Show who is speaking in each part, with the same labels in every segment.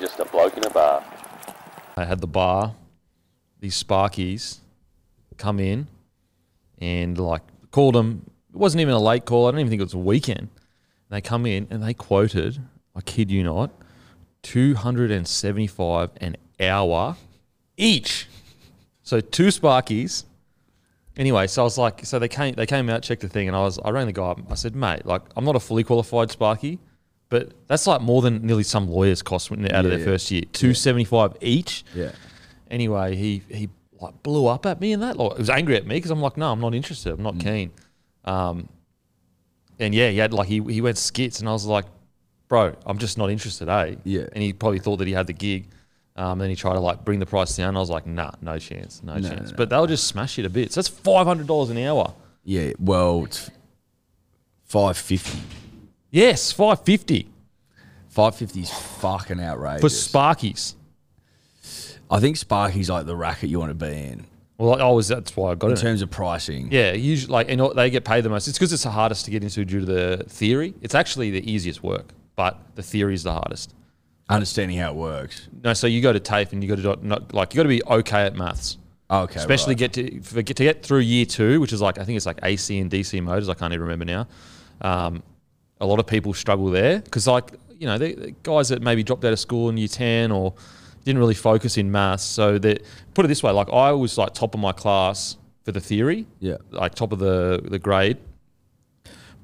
Speaker 1: Just a bloke in a bar.
Speaker 2: I had the bar, these Sparkies come in and like called them. It wasn't even a late call. I don't even think it was a weekend. And they come in and they quoted, I kid you not, 275 an hour each. So two Sparkies. Anyway, so I was like, so they came, they came out, checked the thing, and I was, I rang the guy up. I said, mate, like, I'm not a fully qualified Sparky, but that's like more than nearly some lawyers cost when they're out of
Speaker 3: Yeah,
Speaker 2: their
Speaker 3: yeah.
Speaker 2: first year. 275 each
Speaker 3: Yeah.
Speaker 2: anyway, he he like blew up at me and that. Like, he was angry at me because I'm like, no, I'm not interested. I'm not
Speaker 3: Mm.
Speaker 2: keen. Um, and yeah, he had like he he went skits, and I was like, bro, I'm just not interested, eh?
Speaker 3: Yeah.
Speaker 2: And he probably thought that he had the gig. Um, then he tried to like bring the price down. I was like, nah, no chance, no,
Speaker 3: No,
Speaker 2: chance.
Speaker 3: no,
Speaker 2: But they'll just smash it a bit. So that's five hundred dollars an hour.
Speaker 3: Yeah. Well, it's 550.
Speaker 2: Yes, five fifty
Speaker 3: 550 is fucking outrageous.
Speaker 2: for Sparkies.
Speaker 3: I think Sparky's like the racket you want to be in
Speaker 2: Well, I was that's why I got
Speaker 3: in
Speaker 2: it.
Speaker 3: terms of pricing.
Speaker 2: Yeah, usually like and they get paid the most. It's because it's the hardest to get into due to the theory. It's actually the easiest work, but the theory is the hardest.
Speaker 3: Understanding how it works.
Speaker 2: No, so you go to TAFE and you got to not, not like you got to be okay at maths,
Speaker 3: Okay.
Speaker 2: especially
Speaker 3: right.
Speaker 2: get to for, get to get through year two, which is like I think it's like AC and DC motors. I can't even remember now. Um, a lot of people struggle there because like you know they, the guys that maybe dropped out of school in year ten or didn't really focus in maths. So that put it this way, like I was like top of my class for the theory,
Speaker 3: Yeah.
Speaker 2: like top of the the grade.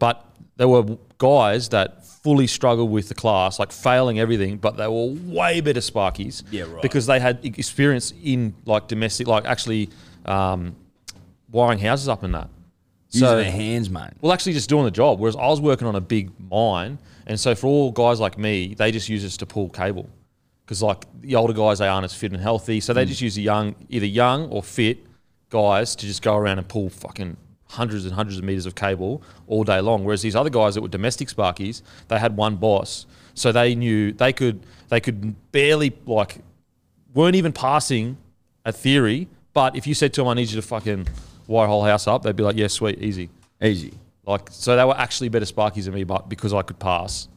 Speaker 2: But there were guys that fully struggled with the class, like failing everything, but they were way better Sparkies.
Speaker 3: Yeah, right.
Speaker 2: Because they had e- experience in like domestic, like actually um, wiring houses up and that.
Speaker 3: Using
Speaker 2: so,
Speaker 3: their hands, mate.
Speaker 2: well, actually, just doing the job. Whereas I was working on a big mine, and so for all guys like me, they just use us to pull cable, because like the older guys, they aren't as fit and healthy, so they just use the young, either young or fit guys, to just go around and pull fucking hundreds and hundreds of meters of cable all day long. Whereas these other guys that were domestic sparkies, they had one boss, so they knew they could they could barely like weren't even passing a theory. But if you said to them, "I need you to fucking wire a whole house up," they'd be like, "Yeah, sweet, easy."
Speaker 3: Easy.
Speaker 2: Like, so they were actually better Sparkies than me, but because I could pass,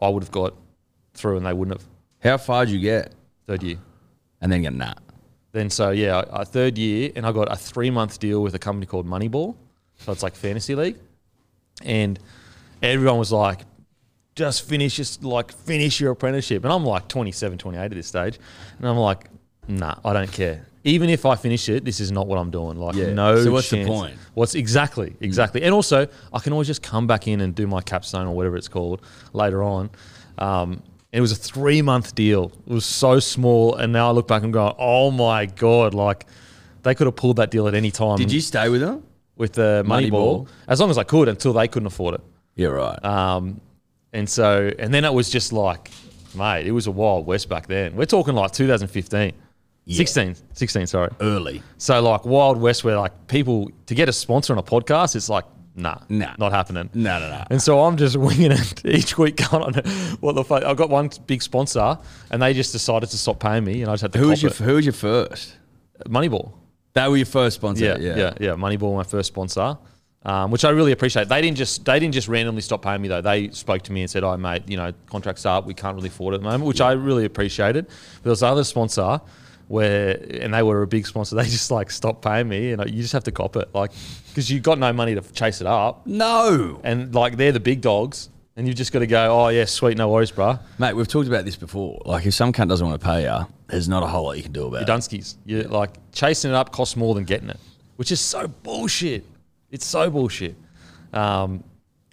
Speaker 2: I would have got through and they wouldn't have.
Speaker 3: How far would you get?
Speaker 2: Third year.
Speaker 3: And then get nah.
Speaker 2: Then, so yeah, I, I third year, and I got a three month deal with a company called Moneyball. So it's like Fantasy League. And everyone was like, just finish, just like finish your apprenticeship. And I'm like 27, 28 at this stage. And I'm like, nah, I don't care. Even if I finish it, this is not what I'm doing. Like,
Speaker 3: Yeah.
Speaker 2: no.
Speaker 3: So what's the
Speaker 2: chance.
Speaker 3: point?
Speaker 2: What's exactly, exactly. And also, I can always just come back in and do my capstone or whatever it's called later on. Um, it was a three month deal. It was so small. And now I look back and go, oh my God, like they could have pulled that deal at any time
Speaker 3: Did you stay with them?
Speaker 2: with the money,
Speaker 3: Moneyball?
Speaker 2: ball, as long as I could until they couldn't afford it.
Speaker 3: Yeah, right.
Speaker 2: Um, and so, and then it was just like, mate, it was a wild west back then. We're talking like 2015, 16, 16, sorry.
Speaker 3: Early.
Speaker 2: So like wild west where like people, to get a sponsor on a podcast, it's like, nah,
Speaker 3: Nah.
Speaker 2: not happening.
Speaker 3: No, no, no.
Speaker 2: And so I'm just winging it each week going on, what the fuck, I've got one big sponsor and they just decided to stop paying me and I just had to
Speaker 3: Who
Speaker 2: cop
Speaker 3: was your
Speaker 2: it.
Speaker 3: Who was your first?
Speaker 2: Moneyball.
Speaker 3: They were your first sponsor.
Speaker 2: yeah,
Speaker 3: Yeah,
Speaker 2: yeah, yeah, Moneyball, my first sponsor, um, which I really appreciate. They didn't just they didn't just randomly stop paying me though. They spoke to me and said, "Oh, mate, you know, contracts up. We can't really afford it at the moment," which I really appreciated. But there was another sponsor where, and they were a big sponsor. They just like stopped paying me, and like, you just have to cop it, like, because you got no money to chase it up,
Speaker 3: No,
Speaker 2: and like they're the big dogs, and you've just got to go, "Oh yeah, sweet, no worries, bruh.
Speaker 3: mate. We've talked about this before. Like, if some cunt doesn't want to pay you, there's not a whole lot you can do about it.
Speaker 2: Dunskies, you like chasing it up costs more than getting it, which is so bullshit. It's so bullshit. Um,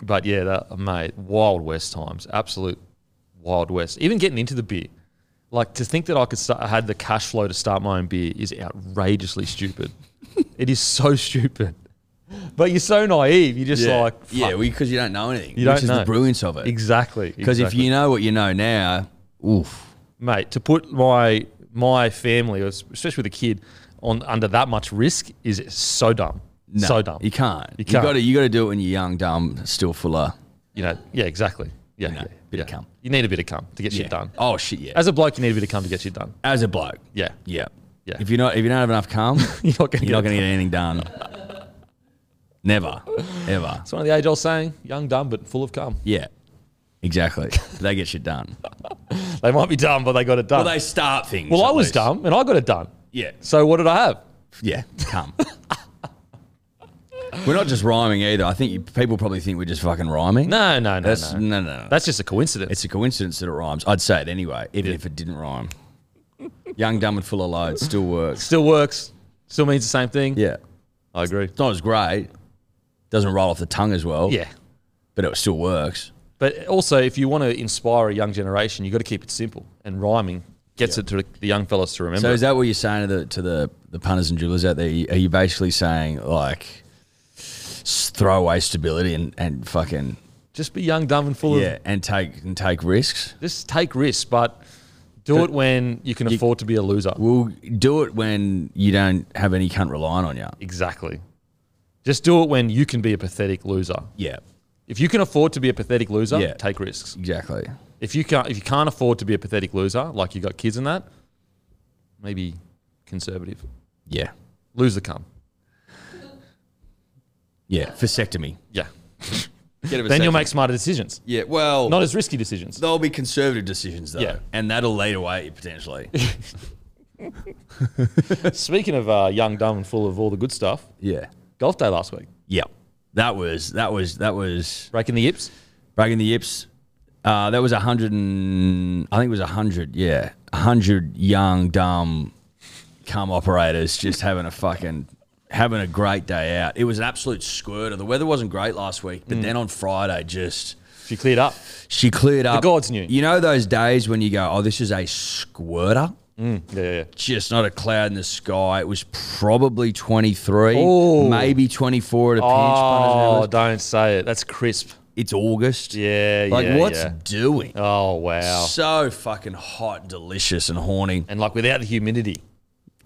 Speaker 2: but yeah, that, mate, wild west times, absolute wild west. Even getting into the beer, like to think that I could start, I had the cash flow to start my own beer is outrageously stupid. it is so stupid. But you're so naive. You're just
Speaker 3: yeah.
Speaker 2: like, fuck,
Speaker 3: yeah, because you don't know anything.
Speaker 2: you don't
Speaker 3: which is
Speaker 2: know
Speaker 3: the brilliance of it.
Speaker 2: Exactly.
Speaker 3: Because
Speaker 2: exactly.
Speaker 3: if you know what you know now, oof.
Speaker 2: mate, to put my my family, especially with a kid, on under that much risk is so dumb.
Speaker 3: No,
Speaker 2: so dumb.
Speaker 3: You can't. You
Speaker 2: can't.
Speaker 3: got to. You got to do it when you're young, dumb, still full of
Speaker 2: You know, yeah, exactly. Yeah,
Speaker 3: You know,
Speaker 2: yeah,
Speaker 3: bit of
Speaker 2: yeah.
Speaker 3: cum.
Speaker 2: You need a bit of cum to get shit done.
Speaker 3: Oh shit, yeah. As,
Speaker 2: As a bloke, you need a bit of cum to get shit done.
Speaker 3: a bloke.
Speaker 2: Yeah,
Speaker 3: Yeah.
Speaker 2: Yeah.
Speaker 3: If you're not, if you don't have enough cum,
Speaker 2: you're not gonna.
Speaker 3: you're not
Speaker 2: get
Speaker 3: going to get anything done. Never, ever.
Speaker 2: It's one of the age old saying: young, dumb, but full of cum.
Speaker 3: Yeah. Exactly. they get shit done.
Speaker 2: They might be dumb, but they got it done.
Speaker 3: Well,
Speaker 2: Well,
Speaker 3: they start things.
Speaker 2: I
Speaker 3: at
Speaker 2: was
Speaker 3: least.
Speaker 2: dumb and I got it done.
Speaker 3: Yeah.
Speaker 2: So what did I have?
Speaker 3: Yeah. Come. we're not just rhyming either. I think you, people probably think we're just fucking rhyming.
Speaker 2: No, no, no,
Speaker 3: That's
Speaker 2: no.
Speaker 3: no, no, no.
Speaker 2: That's just a coincidence.
Speaker 3: It's a coincidence that it rhymes. I'd say it anyway, even if it didn't rhyme. Young, dumb, and full of load still works.
Speaker 2: still works. Still means the same thing.
Speaker 3: Yeah.
Speaker 2: I agree.
Speaker 3: It's not as great. Doesn't roll off the tongue as well.
Speaker 2: Yeah.
Speaker 3: But it still works.
Speaker 2: But also, if you want to inspire a young generation, you've got to keep it simple. And rhyming gets it to the young fellas to
Speaker 3: So
Speaker 2: remember.
Speaker 3: is that what you're saying to the to the, the punters and dribblers out there? Are you basically saying like s- throw away stability and, and fucking
Speaker 2: just be young, dumb, and full of.
Speaker 3: yeah and take and take risks?
Speaker 2: Just take risks, but do it when you can afford to be a loser.
Speaker 3: We'll do it when you don't have any cunt relying on you.
Speaker 2: Exactly. Just do it when you can be a pathetic loser.
Speaker 3: Yeah,
Speaker 2: If you can afford to be a pathetic loser,
Speaker 3: Yeah.
Speaker 2: take risks.
Speaker 3: exactly.
Speaker 2: If you can't, if you can't afford to be a pathetic loser, like you got kids in that, maybe conservative.
Speaker 3: Yeah,
Speaker 2: Lose the cum.
Speaker 3: yeah. Vasectomy.
Speaker 2: Yeah.
Speaker 3: Get a
Speaker 2: Then you'll
Speaker 3: vasectomy.
Speaker 2: make smarter decisions,
Speaker 3: yeah. Well,
Speaker 2: not as risky decisions.
Speaker 3: there'll be conservative decisions though,
Speaker 2: Yeah.
Speaker 3: and that'll lead away potentially.
Speaker 2: Speaking of uh, young, dumb, and full of all the good stuff,
Speaker 3: yeah,
Speaker 2: golf day last week,
Speaker 3: yeah. That was that was that was
Speaker 2: breaking the yips.
Speaker 3: Breaking the yips. Uh, that was a hundred and I think it was a hundred. Yeah, a hundred young dumb cum operators just having a fucking having a great day out. It was an absolute squirter. The weather wasn't great last week,
Speaker 2: Mm.
Speaker 3: but then on Friday, just
Speaker 2: She cleared up.
Speaker 3: she cleared up.
Speaker 2: gods knew.
Speaker 3: You know those days when you go, "Oh, this is a squirter."
Speaker 2: Hmm, Yeah, yeah, yeah.
Speaker 3: Just not a cloud in the sky. It was probably 23,
Speaker 2: Ooh.
Speaker 3: maybe 24 at a pinch.
Speaker 2: Oh,
Speaker 3: punters and dribblers.
Speaker 2: don't say it. That's crisp.
Speaker 3: It's August.
Speaker 2: Yeah,
Speaker 3: Like,
Speaker 2: yeah,
Speaker 3: what's
Speaker 2: yeah.
Speaker 3: doing?
Speaker 2: Oh wow.
Speaker 3: so fucking hot and delicious and horny.
Speaker 2: And like without the humidity,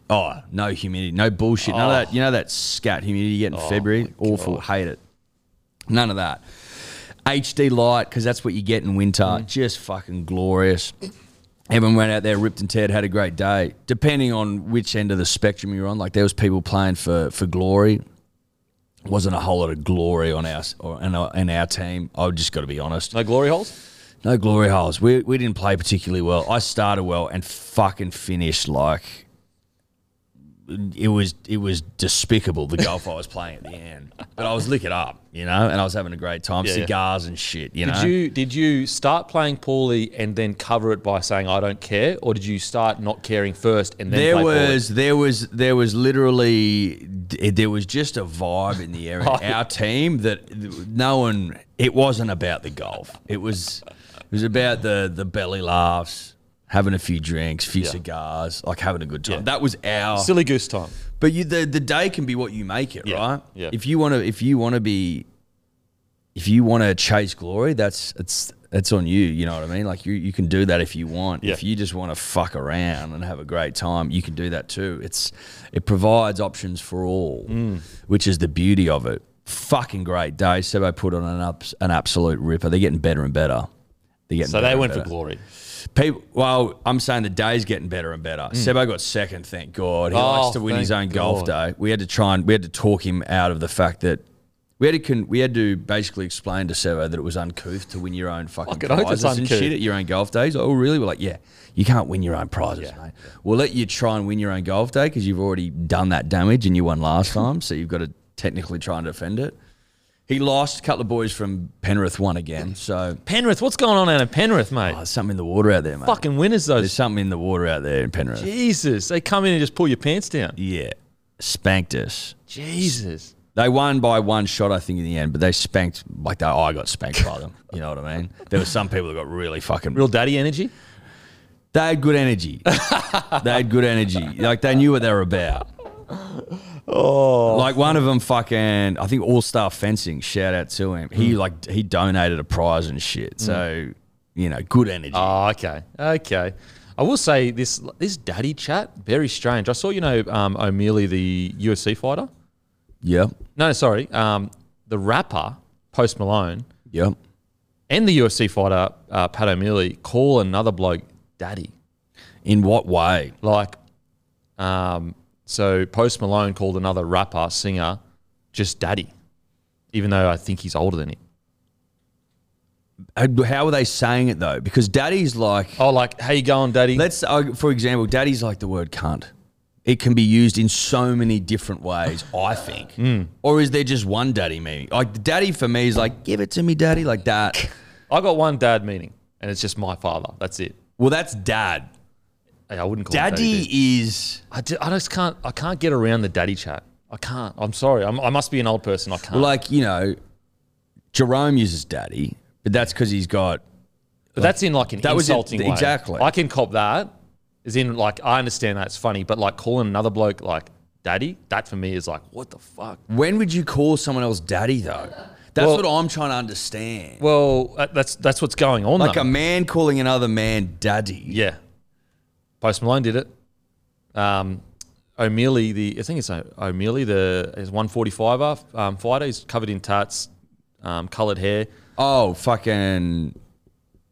Speaker 3: Oh, no humidity, no bullshit. None of that. You know that scat humidity you get in February? Awful. Hate it. None of that. HD light because that's what you get in winter. Just fucking glorious. Everyone went out there, ripped and teared, had a great day. Depending on which end of the spectrum you're on, like there was people playing for for glory. Wasn't a whole lot of glory on our or in our, in our team. I've just got to be honest.
Speaker 2: no glory holes.
Speaker 3: No glory holes. We, we didn't play particularly well. I started well and fucking finished like it was it was despicable the golf I was playing at the end. But I was licking up, you know, and I was having a great time.
Speaker 2: Yeah, yeah.
Speaker 3: Cigars and shit, you know.
Speaker 2: Did you did you start playing poorly and then cover it by saying I don't care, or did you start not caring first and then
Speaker 3: there
Speaker 2: play poorly?
Speaker 3: was there was there was literally d- there was just a vibe in the air in
Speaker 2: Oh, yeah.
Speaker 3: our team that no one it wasn't about the golf it was it was about the the belly laughs having a few drinks few cigars like having a good time that was our
Speaker 2: Oh. silly goose time?
Speaker 3: but you, the the day can be what you make it, right?
Speaker 2: yeah.
Speaker 3: If you want to, if you want to be, if you want to chase glory, that's it's that's on you. You know what I mean? Like you you can do that if you want.
Speaker 2: Yeah.
Speaker 3: If you just want to fuck around and have a great time, you can do that too. It's it provides options for all,
Speaker 2: Mm.
Speaker 3: which is the beauty of it. Fucking great day. Sebo put on an ups, an absolute ripper. They're getting better and better. They're getting
Speaker 2: So
Speaker 3: better
Speaker 2: they
Speaker 3: and
Speaker 2: went for
Speaker 3: better.
Speaker 2: glory.
Speaker 3: People, well, I'm saying the day's getting better and better. Sebo got second, thank God. He
Speaker 2: Hmm. Oh,
Speaker 3: likes to win his own
Speaker 2: thank
Speaker 3: golf day. We had to try and we had to talk him out of the fact that we had to con- we had to basically explain to Sebo that it was uncouth to win your own fucking
Speaker 2: Fucking oath it's
Speaker 3: prizes and
Speaker 2: uncouth.
Speaker 3: shit at your own golf days. Oh, really? We're like, yeah, you can't win your own prizes, mate. We'll let you try and win your own golf day because you've already done that damage and you won last time, so you've got to technically try and defend it. He lost. A couple of boys from Penrith won again, so
Speaker 2: Penrith, what's going on out in Penrith, mate?
Speaker 3: oh, there's something in the water out there, mate.
Speaker 2: Fucking winners those.
Speaker 3: There's something in the water out there in Penrith.
Speaker 2: Jesus, they come in and just pull your pants down.
Speaker 3: Yeah. Spanked us.
Speaker 2: Jesus.
Speaker 3: They won by one shot, I think, in the end, but they spanked, like, they, I got spanked by them. You know what I mean? There were some people that got really fucking.
Speaker 2: Real daddy energy.
Speaker 3: They had good energy. they had good energy. Like, they knew what they were about. Oh. Like, one of them fucking, I think All Star Fencing, shout out to him. He, like, he donated a prize and shit. So, you know, good energy.
Speaker 2: Oh, okay, okay. I will say this this daddy chat very strange. I saw you know um, O'Mealy, the UFC fighter.
Speaker 3: yep.
Speaker 2: No, sorry, um, the rapper Post Malone
Speaker 3: Yep.
Speaker 2: and the UFC fighter uh, Pat O'Mealy call another bloke daddy.
Speaker 3: In what way?
Speaker 2: Like, um, so Post Malone called another rapper singer just daddy, even though I think he's older than him.
Speaker 3: How were they saying it though? Because daddy's like,
Speaker 2: Oh, like, how you going, daddy?
Speaker 3: let's uh, for example, daddy's like the word cunt. It can be used in so many different ways. I think,
Speaker 2: Hmm.
Speaker 3: or is there just one daddy meaning? Like daddy for me is like, give it to me, daddy, like that.
Speaker 2: I got one dad meaning, and it's just my father. That's it.
Speaker 3: Well, that's dad.
Speaker 2: Hey, I wouldn't call him
Speaker 3: Daddy
Speaker 2: dude.
Speaker 3: is
Speaker 2: I, ju- I just can't. I can't get around the daddy chat. I can't. I'm sorry. I'm, I must be an old person. I can't.
Speaker 3: like you know, Jerome uses daddy, but that's because he's got
Speaker 2: but that's in like an
Speaker 3: That was it-
Speaker 2: insulting way.
Speaker 3: exactly.
Speaker 2: I can cop that. Is in like I understand that's funny, but like calling another bloke like daddy, that for me is like what the fuck.
Speaker 3: When would you call someone else daddy though? That's
Speaker 2: Well-
Speaker 3: what I'm trying to understand.
Speaker 2: Well, that- Uh, that's that's what's going on.
Speaker 3: Like
Speaker 2: though.
Speaker 3: a man calling another man daddy.
Speaker 2: Yeah. Post Malone did it. Um, O'Mealy, the I think it's O- O'Mealy, the his 145er um, fighter. He's covered in tats, um, coloured hair.
Speaker 3: Oh, fucking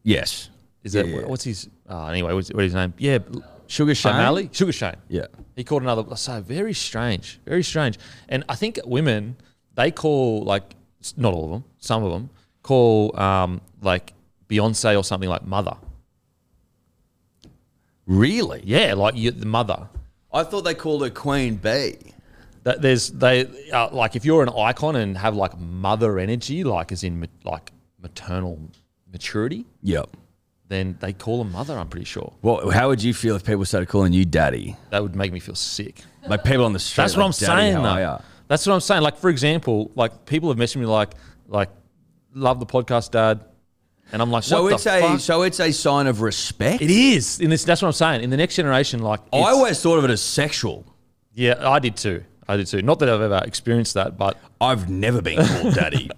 Speaker 3: yes.
Speaker 2: Is that
Speaker 3: Yeah, yeah.
Speaker 2: what's his? Uh, anyway, what's, what is his name? Yeah,
Speaker 3: Sugar Shane.
Speaker 2: O'Malley, Sugar Shane.
Speaker 3: Yeah.
Speaker 2: He called another. So very strange, very strange. And I think women, they call like s- not all of them, some of them call um, like Beyonce or something like mother.
Speaker 3: Really?
Speaker 2: Yeah, like you, the mother.
Speaker 3: I thought they called her Queen Bee.
Speaker 2: That there's they uh, like if you're an icon and have like mother energy, like as in ma- like maternal maturity,
Speaker 3: Yep.
Speaker 2: then they call them mother. I'm pretty sure
Speaker 3: Well, how would you feel if people started calling you daddy?
Speaker 2: that would make me feel sick.
Speaker 3: Like people on the street.
Speaker 2: That's what I'm
Speaker 3: like, "Daddy,
Speaker 2: saying
Speaker 3: how are
Speaker 2: though.
Speaker 3: ya?"
Speaker 2: That's what I'm saying. Like for example, like people have messaged me like like love the podcast, dad, and I'm like,
Speaker 3: So
Speaker 2: what
Speaker 3: it's
Speaker 2: the
Speaker 3: a
Speaker 2: fuck?
Speaker 3: so it's a sign of respect.
Speaker 2: it is in this. That's what I'm saying. In the next generation, like
Speaker 3: I
Speaker 2: it's-
Speaker 3: always thought of it as sexual.
Speaker 2: yeah, I did too. I did too. Not that I've ever experienced that, but
Speaker 3: I've never been called daddy.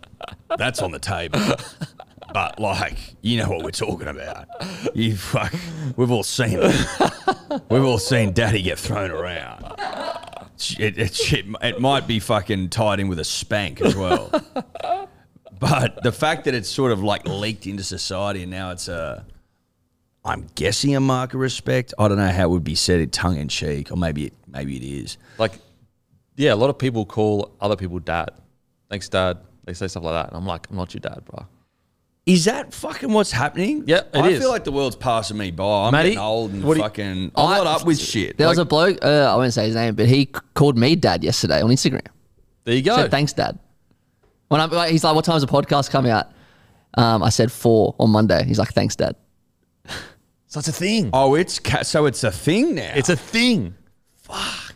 Speaker 3: That's on the table. But like, you know what we're talking about. You fuck. We've all seen it. We've all seen daddy get thrown around. It, it, it, it might be fucking tied in with a spank as well. But the fact that it's sort of like leaked into society and now it's a, I'm guessing a mark of respect. I don't know how it would be said, it tongue in cheek, or maybe it, maybe it is.
Speaker 2: like yeah a lot of people call other people dad thanks dad they say stuff like that and i'm like i'm not your dad bro
Speaker 3: Is that fucking what's happening?
Speaker 2: Yeah, it
Speaker 3: I
Speaker 2: is.
Speaker 3: feel like the world's passing me by. I'm
Speaker 2: Matty,
Speaker 3: getting old and
Speaker 2: what do you-
Speaker 3: fucking. I'm not up with shit.
Speaker 1: There
Speaker 3: Like,
Speaker 1: was a bloke, uh, I won't say his name, but he c- called me dad yesterday on Instagram.
Speaker 2: there you go
Speaker 3: Oh.
Speaker 1: Said, thanks, dad. When I'm, like, he's like, what time's the podcast come out? Um, I said four on Monday. He's like, thanks, dad.
Speaker 2: so it's a thing
Speaker 3: oh, it's ca- so it's a thing now.
Speaker 2: it's a thing fuck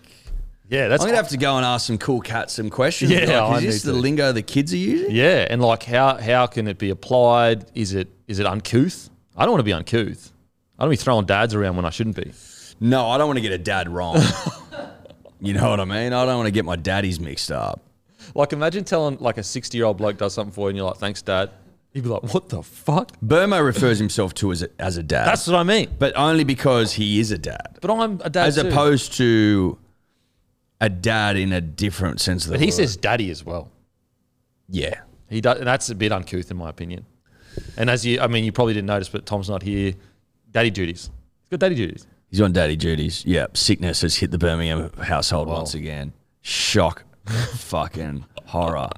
Speaker 2: yeah that's
Speaker 3: I'm gonna have to go and ask some cool cats some questions.
Speaker 2: Yeah,
Speaker 3: Like,
Speaker 2: I
Speaker 3: is this
Speaker 2: need
Speaker 3: the
Speaker 2: to.
Speaker 3: lingo the kids are using?
Speaker 2: yeah and like how how can it be applied is it is it uncouth i don't want to be uncouth i don't be throwing dads around when i shouldn't be
Speaker 3: No, I don't want to get a dad wrong. you know what I mean? I don't want to get my daddies mixed up.
Speaker 2: like imagine telling like a 60 year old bloke does something for you and you're like thanks dad he'd be like what the fuck
Speaker 3: Burmo refers himself to as a, as a dad,
Speaker 2: that's what i mean
Speaker 3: but only because he is a dad,
Speaker 2: but i'm a dad
Speaker 3: as
Speaker 2: too.
Speaker 3: opposed to a dad in a different sense of the
Speaker 2: but he
Speaker 3: word.
Speaker 2: says daddy as well
Speaker 3: yeah.
Speaker 2: He does, and that's a bit uncouth in my opinion. And as you, I mean, you probably didn't notice, but Tom's not here. Daddy duties. He's got daddy duties.
Speaker 3: He's on daddy duties. Yeah, sickness has hit the Birmingham household once again. Shock, fucking horror.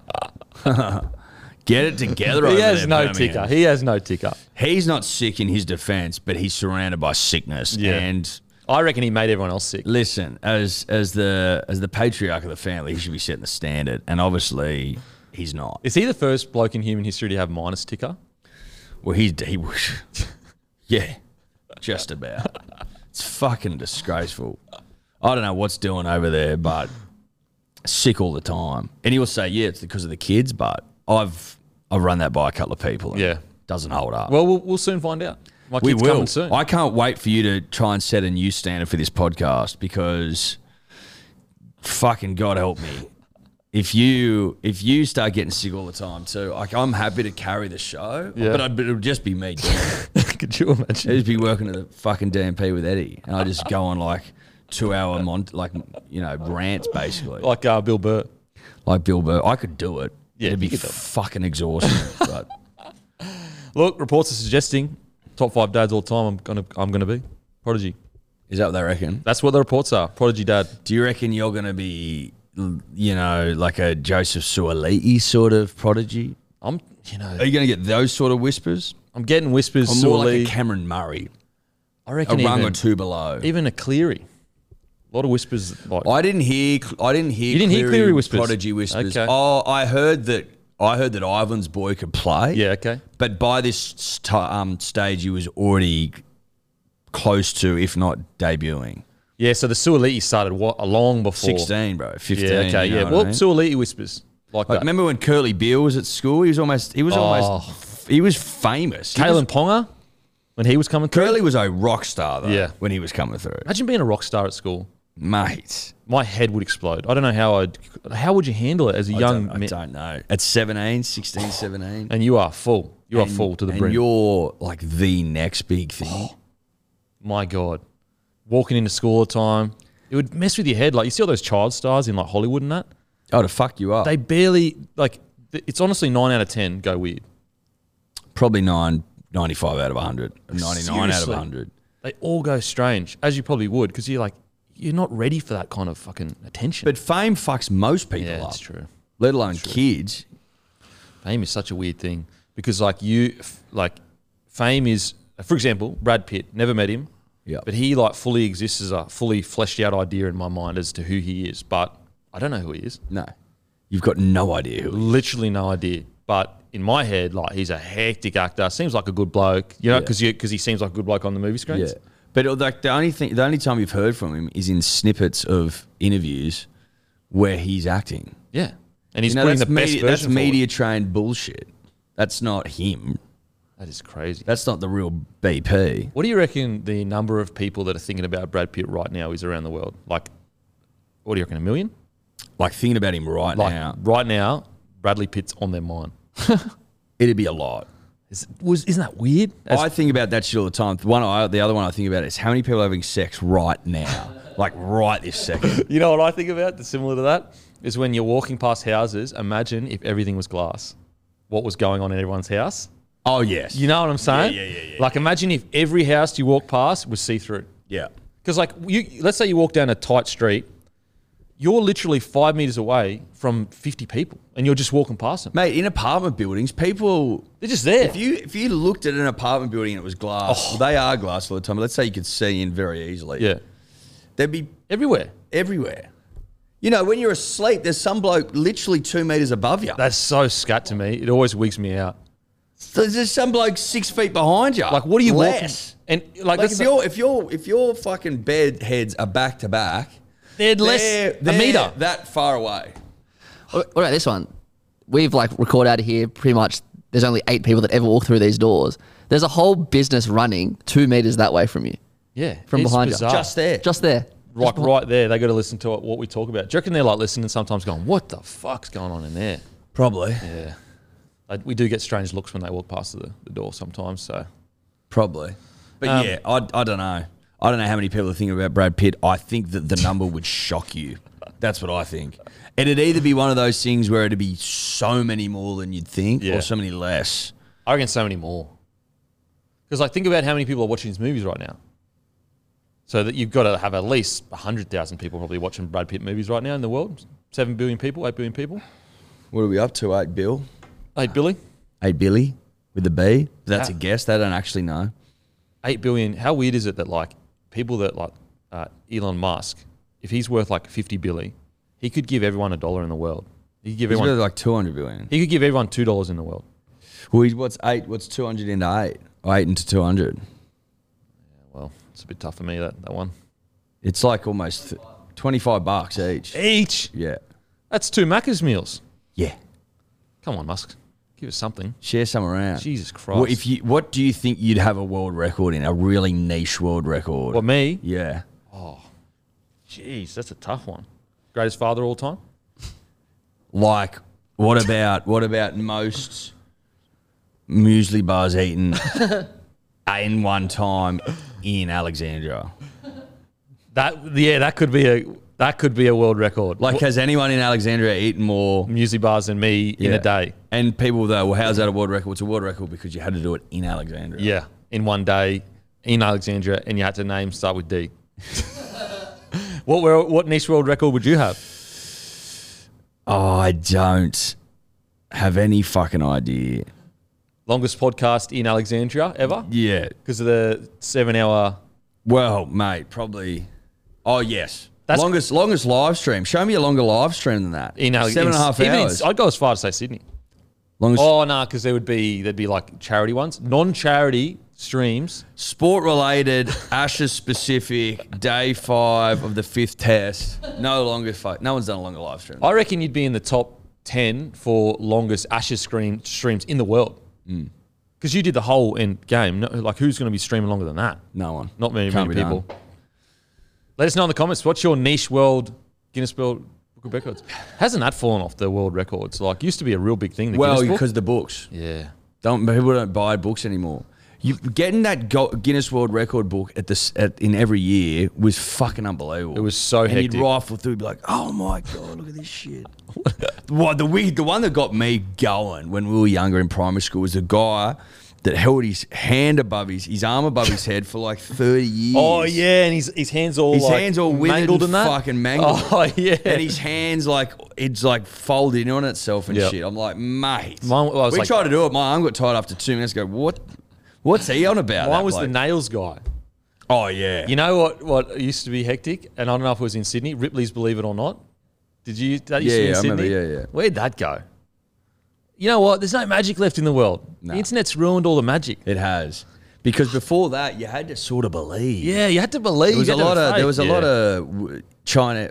Speaker 3: Get it together.
Speaker 2: He
Speaker 3: over
Speaker 2: has
Speaker 3: there,
Speaker 2: no
Speaker 3: Birmingham.
Speaker 2: ticker. He has no ticker.
Speaker 3: He's not sick in his defence, but he's surrounded by sickness.
Speaker 2: Yeah.
Speaker 3: And
Speaker 2: I reckon he made everyone else sick.
Speaker 3: listen, as as the as the patriarch of the family, he should be setting the standard. And obviously, he's not.
Speaker 2: Is he the first bloke in human history to have minus ticker?
Speaker 3: Well, he's he, yeah, just about. It's fucking disgraceful. I don't know what's doing over there, but sick all the time. And he'll say, yeah, it's because of the kids, but I've I've run that by a couple of people. and
Speaker 2: Yeah.
Speaker 3: it doesn't hold up.
Speaker 2: Well, we'll, we'll soon find out. My
Speaker 3: we
Speaker 2: kid's
Speaker 3: will.
Speaker 2: coming soon.
Speaker 3: I can't wait for you to try and set a new standard for this podcast because, fucking God help me. If you if you start getting sick all the time too, like I'm happy to carry the show,
Speaker 2: Yeah.
Speaker 3: but, I'd, but it'll just be me. Doing it.
Speaker 2: Could you imagine?
Speaker 3: I'd just be working at the fucking DMP with Eddie, and I just go on like two hour mon- like you know rants basically,
Speaker 2: Like
Speaker 3: like,
Speaker 2: uh, Bill Burr.
Speaker 3: Bill Burr. I could do it.
Speaker 2: Yeah,
Speaker 3: it'd be
Speaker 2: you could do it.
Speaker 3: fucking exhausting. but
Speaker 2: Look, reports are suggesting top five dads all time. I'm gonna, I'm gonna be prodigy.
Speaker 3: is that what they reckon?
Speaker 2: That's what the reports are. Prodigy dad.
Speaker 3: Do you reckon you're gonna be, you know, like a Joseph Suoliti sort of prodigy?
Speaker 2: I'm, you know,
Speaker 3: Are you going to get those sort of whispers?
Speaker 2: I'm getting whispers.
Speaker 3: Or more
Speaker 2: Sawley.
Speaker 3: like a Cameron Murray,
Speaker 2: I
Speaker 3: a
Speaker 2: reckon
Speaker 3: rung
Speaker 2: even,
Speaker 3: or two below.
Speaker 2: even a Cleary. A lot of whispers. Like,
Speaker 3: I didn't hear. I didn't hear.
Speaker 2: You didn't hear Cleary whispers?
Speaker 3: Prodigy whispers.
Speaker 2: Okay.
Speaker 3: Oh, I heard that. I heard that Ivan's boy could play.
Speaker 2: yeah, okay.
Speaker 3: But by this st- um, stage, he was already close to, if not debuting,
Speaker 2: Yeah, so the Suoliti started what, long before.
Speaker 3: sixteen, bro, fifteen.
Speaker 2: Yeah, okay,
Speaker 3: you know
Speaker 2: yeah.
Speaker 3: what I
Speaker 2: Well,
Speaker 3: mean?
Speaker 2: Suoliti whispers like
Speaker 3: Like,
Speaker 2: that.
Speaker 3: remember when Curly Beale was at school? He was almost. He was
Speaker 2: Oh.
Speaker 3: almost. He was famous. He was-
Speaker 2: Kalen Ponga, when he was coming through.
Speaker 3: Curly was a rock star though.
Speaker 2: Yeah.
Speaker 3: When he was coming through,
Speaker 2: Imagine being a rock star at school.
Speaker 3: mate.
Speaker 2: My head would explode. I don't know how I'd. How would you handle it as a young Oh.
Speaker 3: I
Speaker 2: man?
Speaker 3: don't know. At 17, 16, 17.
Speaker 2: And you are full. You are full to the
Speaker 3: and
Speaker 2: brim.
Speaker 3: you're like the next big thing.
Speaker 2: My God. Walking into school all the time. It would mess with your head. Like, you see all those child stars in like Hollywood and that?
Speaker 3: Oh, to fuck you up.
Speaker 2: They barely, like, th- it's honestly nine out of 10 go weird.
Speaker 3: probably nine, 95 out of 100, 99 out of
Speaker 2: Seriously.
Speaker 3: 100.
Speaker 2: They all go strange, as you probably would, because you're like, you're not ready for that kind of fucking attention.
Speaker 3: But fame fucks most people
Speaker 2: yeah,
Speaker 3: up,
Speaker 2: that's true.
Speaker 3: let alone kids.
Speaker 2: Fame is such a weird thing because, like, you, f- like, fame is, for example, Brad Pitt, never met him.
Speaker 3: Yeah.
Speaker 2: But he, like, fully exists as a fully fleshed out idea in my mind as to who he is. But I don't know who he is.
Speaker 3: No. You've got no idea who.
Speaker 2: literally no idea. But in my head, like he's a hectic actor. Seems like a good bloke, you know, because because he seems like a good bloke on the movie
Speaker 3: Yeah.
Speaker 2: screens.
Speaker 3: But uh, like the only thing, the only time you've heard from him is in snippets of interviews where he's acting.
Speaker 2: yeah. And he's
Speaker 3: You know,
Speaker 2: putting
Speaker 3: that's
Speaker 2: the best
Speaker 3: media, that's
Speaker 2: version. forward.
Speaker 3: media trained bullshit. That's not him.
Speaker 2: That is crazy.
Speaker 3: That's not the real BP.
Speaker 2: What do you reckon the number of people that are thinking about Brad Pitt right now is around the world? Like, what do you reckon? A million?
Speaker 3: Like thinking about him right
Speaker 2: Like
Speaker 3: now,
Speaker 2: right now, Bradley Pitt's on their mind.
Speaker 3: it'd be a lot.
Speaker 2: Is, was isn't that weird? That's-
Speaker 3: I think about that shit all the time. One, I, the other one I think about is how many people are having sex right now, like right this second.
Speaker 2: you know what I think about that's similar to that is when you're walking past houses. Imagine if everything was glass. What was going on in everyone's house?
Speaker 3: Oh yes,
Speaker 2: You know what I'm saying?
Speaker 3: yeah, yeah, yeah,
Speaker 2: Like, imagine if every house you walk past was see through.
Speaker 3: yeah,
Speaker 2: Because, like, you let's say you walk down a tight street, you're literally five meters away from 50 people, and you're just walking past them.
Speaker 3: mate. In apartment buildings, people.
Speaker 2: They're just there.
Speaker 3: If you if you looked at an apartment building and it was glass, well, they are glass all the time. But let's say you could see in very easily.
Speaker 2: Oh. yeah,
Speaker 3: they'd be
Speaker 2: everywhere.
Speaker 3: everywhere. You know, when you're asleep, there's some bloke literally two meters above you.
Speaker 2: That's so scat to me. It always wigs me out.
Speaker 3: There's there's some bloke six feet behind you.
Speaker 2: Like, what are you
Speaker 3: Less.
Speaker 2: walking? And like,
Speaker 3: Like
Speaker 2: that's
Speaker 3: if your if your if your fucking bed heads are back to back,
Speaker 2: they're less
Speaker 3: they're,
Speaker 2: a
Speaker 3: they're
Speaker 2: meter.
Speaker 3: that far away. Oh.
Speaker 1: What what about this one? We've like record out of here pretty much. There's only eight people that ever walk through these doors. There's a whole business running two meters that way from you,
Speaker 2: yeah,
Speaker 1: from
Speaker 2: it's
Speaker 1: behind
Speaker 2: bizarre.
Speaker 1: you,
Speaker 3: Just there.
Speaker 1: just there.
Speaker 2: like right there, they got to listen to what we talk about. Do you reckon they're like listening sometimes, going, "What the fuck's going on in there?"
Speaker 3: Probably.
Speaker 2: Yeah. I, we do get strange looks when they walk past the, the door sometimes. So
Speaker 3: Probably. But
Speaker 2: Um,
Speaker 3: yeah, I, I don't know. I don't know how many people are thinking about Brad Pitt. I think that the number would shock you. That's what I think. It'd either be one of those things where it'd be so many more than you'd think,
Speaker 2: Yeah.
Speaker 3: or so many less.
Speaker 2: I reckon so many more. Because like think about how many people are watching his movies right now. So that you've got to have at least hundred thousand people probably watching Brad Pitt movies right now in the world. Seven billion people, eight billion people,
Speaker 3: What are we up to? Eight bill,
Speaker 2: eight billion,
Speaker 3: eight Billy with a B. That's
Speaker 2: Yeah.
Speaker 3: a guess. They don't actually know.
Speaker 2: eight billion. How weird is it that like people that like uh, Elon Musk, if he's worth like fifty billion, he could give everyone a dollar in the world. He could give
Speaker 3: He's
Speaker 2: everyone.
Speaker 3: got like two hundred billion.
Speaker 2: He could give everyone two dollars in the world.
Speaker 3: Well, he's, what's eight? What's two hundred into eight? Eight into two hundred.
Speaker 2: Well, it's a bit tough for me that that one.
Speaker 3: It's like almost th- twenty-five bucks each.
Speaker 2: Each.
Speaker 3: Yeah,
Speaker 2: That's two Macca's meals.
Speaker 3: Eh. yeah.
Speaker 2: Come on, Musk. Give us something.
Speaker 3: Share some around.
Speaker 2: Jesus Christ.
Speaker 3: What if you? What do you think you'd have a world record in? A really niche world record.
Speaker 2: Well, me?
Speaker 3: yeah.
Speaker 2: Jeez, that's a tough one. Greatest father of all time?
Speaker 3: Like, what about what about most muesli bars eaten in one time in Alexandria?
Speaker 2: That yeah, that could be a that could be a world record.
Speaker 3: Like, has anyone in Alexandria eaten more
Speaker 2: music bars than me in
Speaker 3: Yeah.
Speaker 2: a day.
Speaker 3: And people though, well, how's that a world record? It's a world record because you had to do it in Alexandria.
Speaker 2: Yeah, in one day in Alexandria, and you had to name start with D. what wor- what niche world record would you have?
Speaker 3: Oh, I don't have any fucking idea.
Speaker 2: Longest podcast in Alexandria ever
Speaker 3: Yeah.
Speaker 2: because of the seven hour.
Speaker 3: Well, mate, probably. Oh yes,
Speaker 2: That's-
Speaker 3: longest longest live stream. Show me a longer live stream than that.
Speaker 2: In Ale- in-
Speaker 3: seven and a half
Speaker 2: even in-
Speaker 3: hours.
Speaker 2: I'd go as far as say Sydney.
Speaker 3: longest
Speaker 2: Oh no, because there would be there'd be like charity ones, non-charity streams.
Speaker 3: sport related, Ashes specific, day five of the fifth test. No longer fight. No one's done a longer live stream.
Speaker 2: I reckon you'd be in the top ten for longest Ashes screen streams in the world.
Speaker 3: Mm.
Speaker 2: Because you did the whole end game. No, like who's going to be streaming longer than that?
Speaker 3: No one.
Speaker 2: Not many,
Speaker 3: Can't
Speaker 2: many
Speaker 3: be
Speaker 2: people.
Speaker 3: done.
Speaker 2: Let us know in the comments. What's your niche world Guinness World Book of Records? Hasn't that fallen off the world records? Like used to be a real big thing. The
Speaker 3: Well,
Speaker 2: Guinness Book.
Speaker 3: because the books.
Speaker 2: yeah,
Speaker 3: Don't people don't buy books anymore. You getting that Go- Guinness World Record book at this at, in every year was fucking unbelievable.
Speaker 2: It was so
Speaker 3: and
Speaker 2: hectic.
Speaker 3: you'd rifle through, be like, "Oh my god, look at this shit!" well, the we, the one that got me going when we were younger in primary school was the guy that held his hand above his his arm above his head for like thirty years.
Speaker 2: Oh yeah, and his his hands all
Speaker 3: His
Speaker 2: like,
Speaker 3: hands all withered
Speaker 2: mangled
Speaker 3: and
Speaker 2: that.
Speaker 3: fucking mangled.
Speaker 2: Oh yeah,
Speaker 3: And his hands like it's like folded in on itself and
Speaker 2: Yep.
Speaker 3: shit. I'm like, mate.
Speaker 2: Mine- well, I was
Speaker 3: we
Speaker 2: like-
Speaker 3: tried to do it. My arm got tied after two minutes. Go, what? What's he on about?
Speaker 2: Mine
Speaker 3: that
Speaker 2: was the
Speaker 3: bloke?"
Speaker 2: nails guy.
Speaker 3: Oh yeah.
Speaker 2: You know what? What used to be hectic, and I don't know if it was in Sydney. Ripley's, believe it or not. Did you? That used to be
Speaker 3: Yeah,
Speaker 2: in
Speaker 3: yeah, I
Speaker 2: Sydney.
Speaker 3: remember, yeah, yeah.
Speaker 2: Where'd that go? You know what? There's no magic left in the world.
Speaker 3: Nah.
Speaker 2: The internet's ruined all the magic.
Speaker 3: it has because before that you had to sort of believe.
Speaker 2: Yeah, you had to believe.
Speaker 3: There was
Speaker 2: you
Speaker 3: a
Speaker 2: had to have
Speaker 3: lot of
Speaker 2: faith.
Speaker 3: there was a
Speaker 2: Yeah.
Speaker 3: lot of w- China.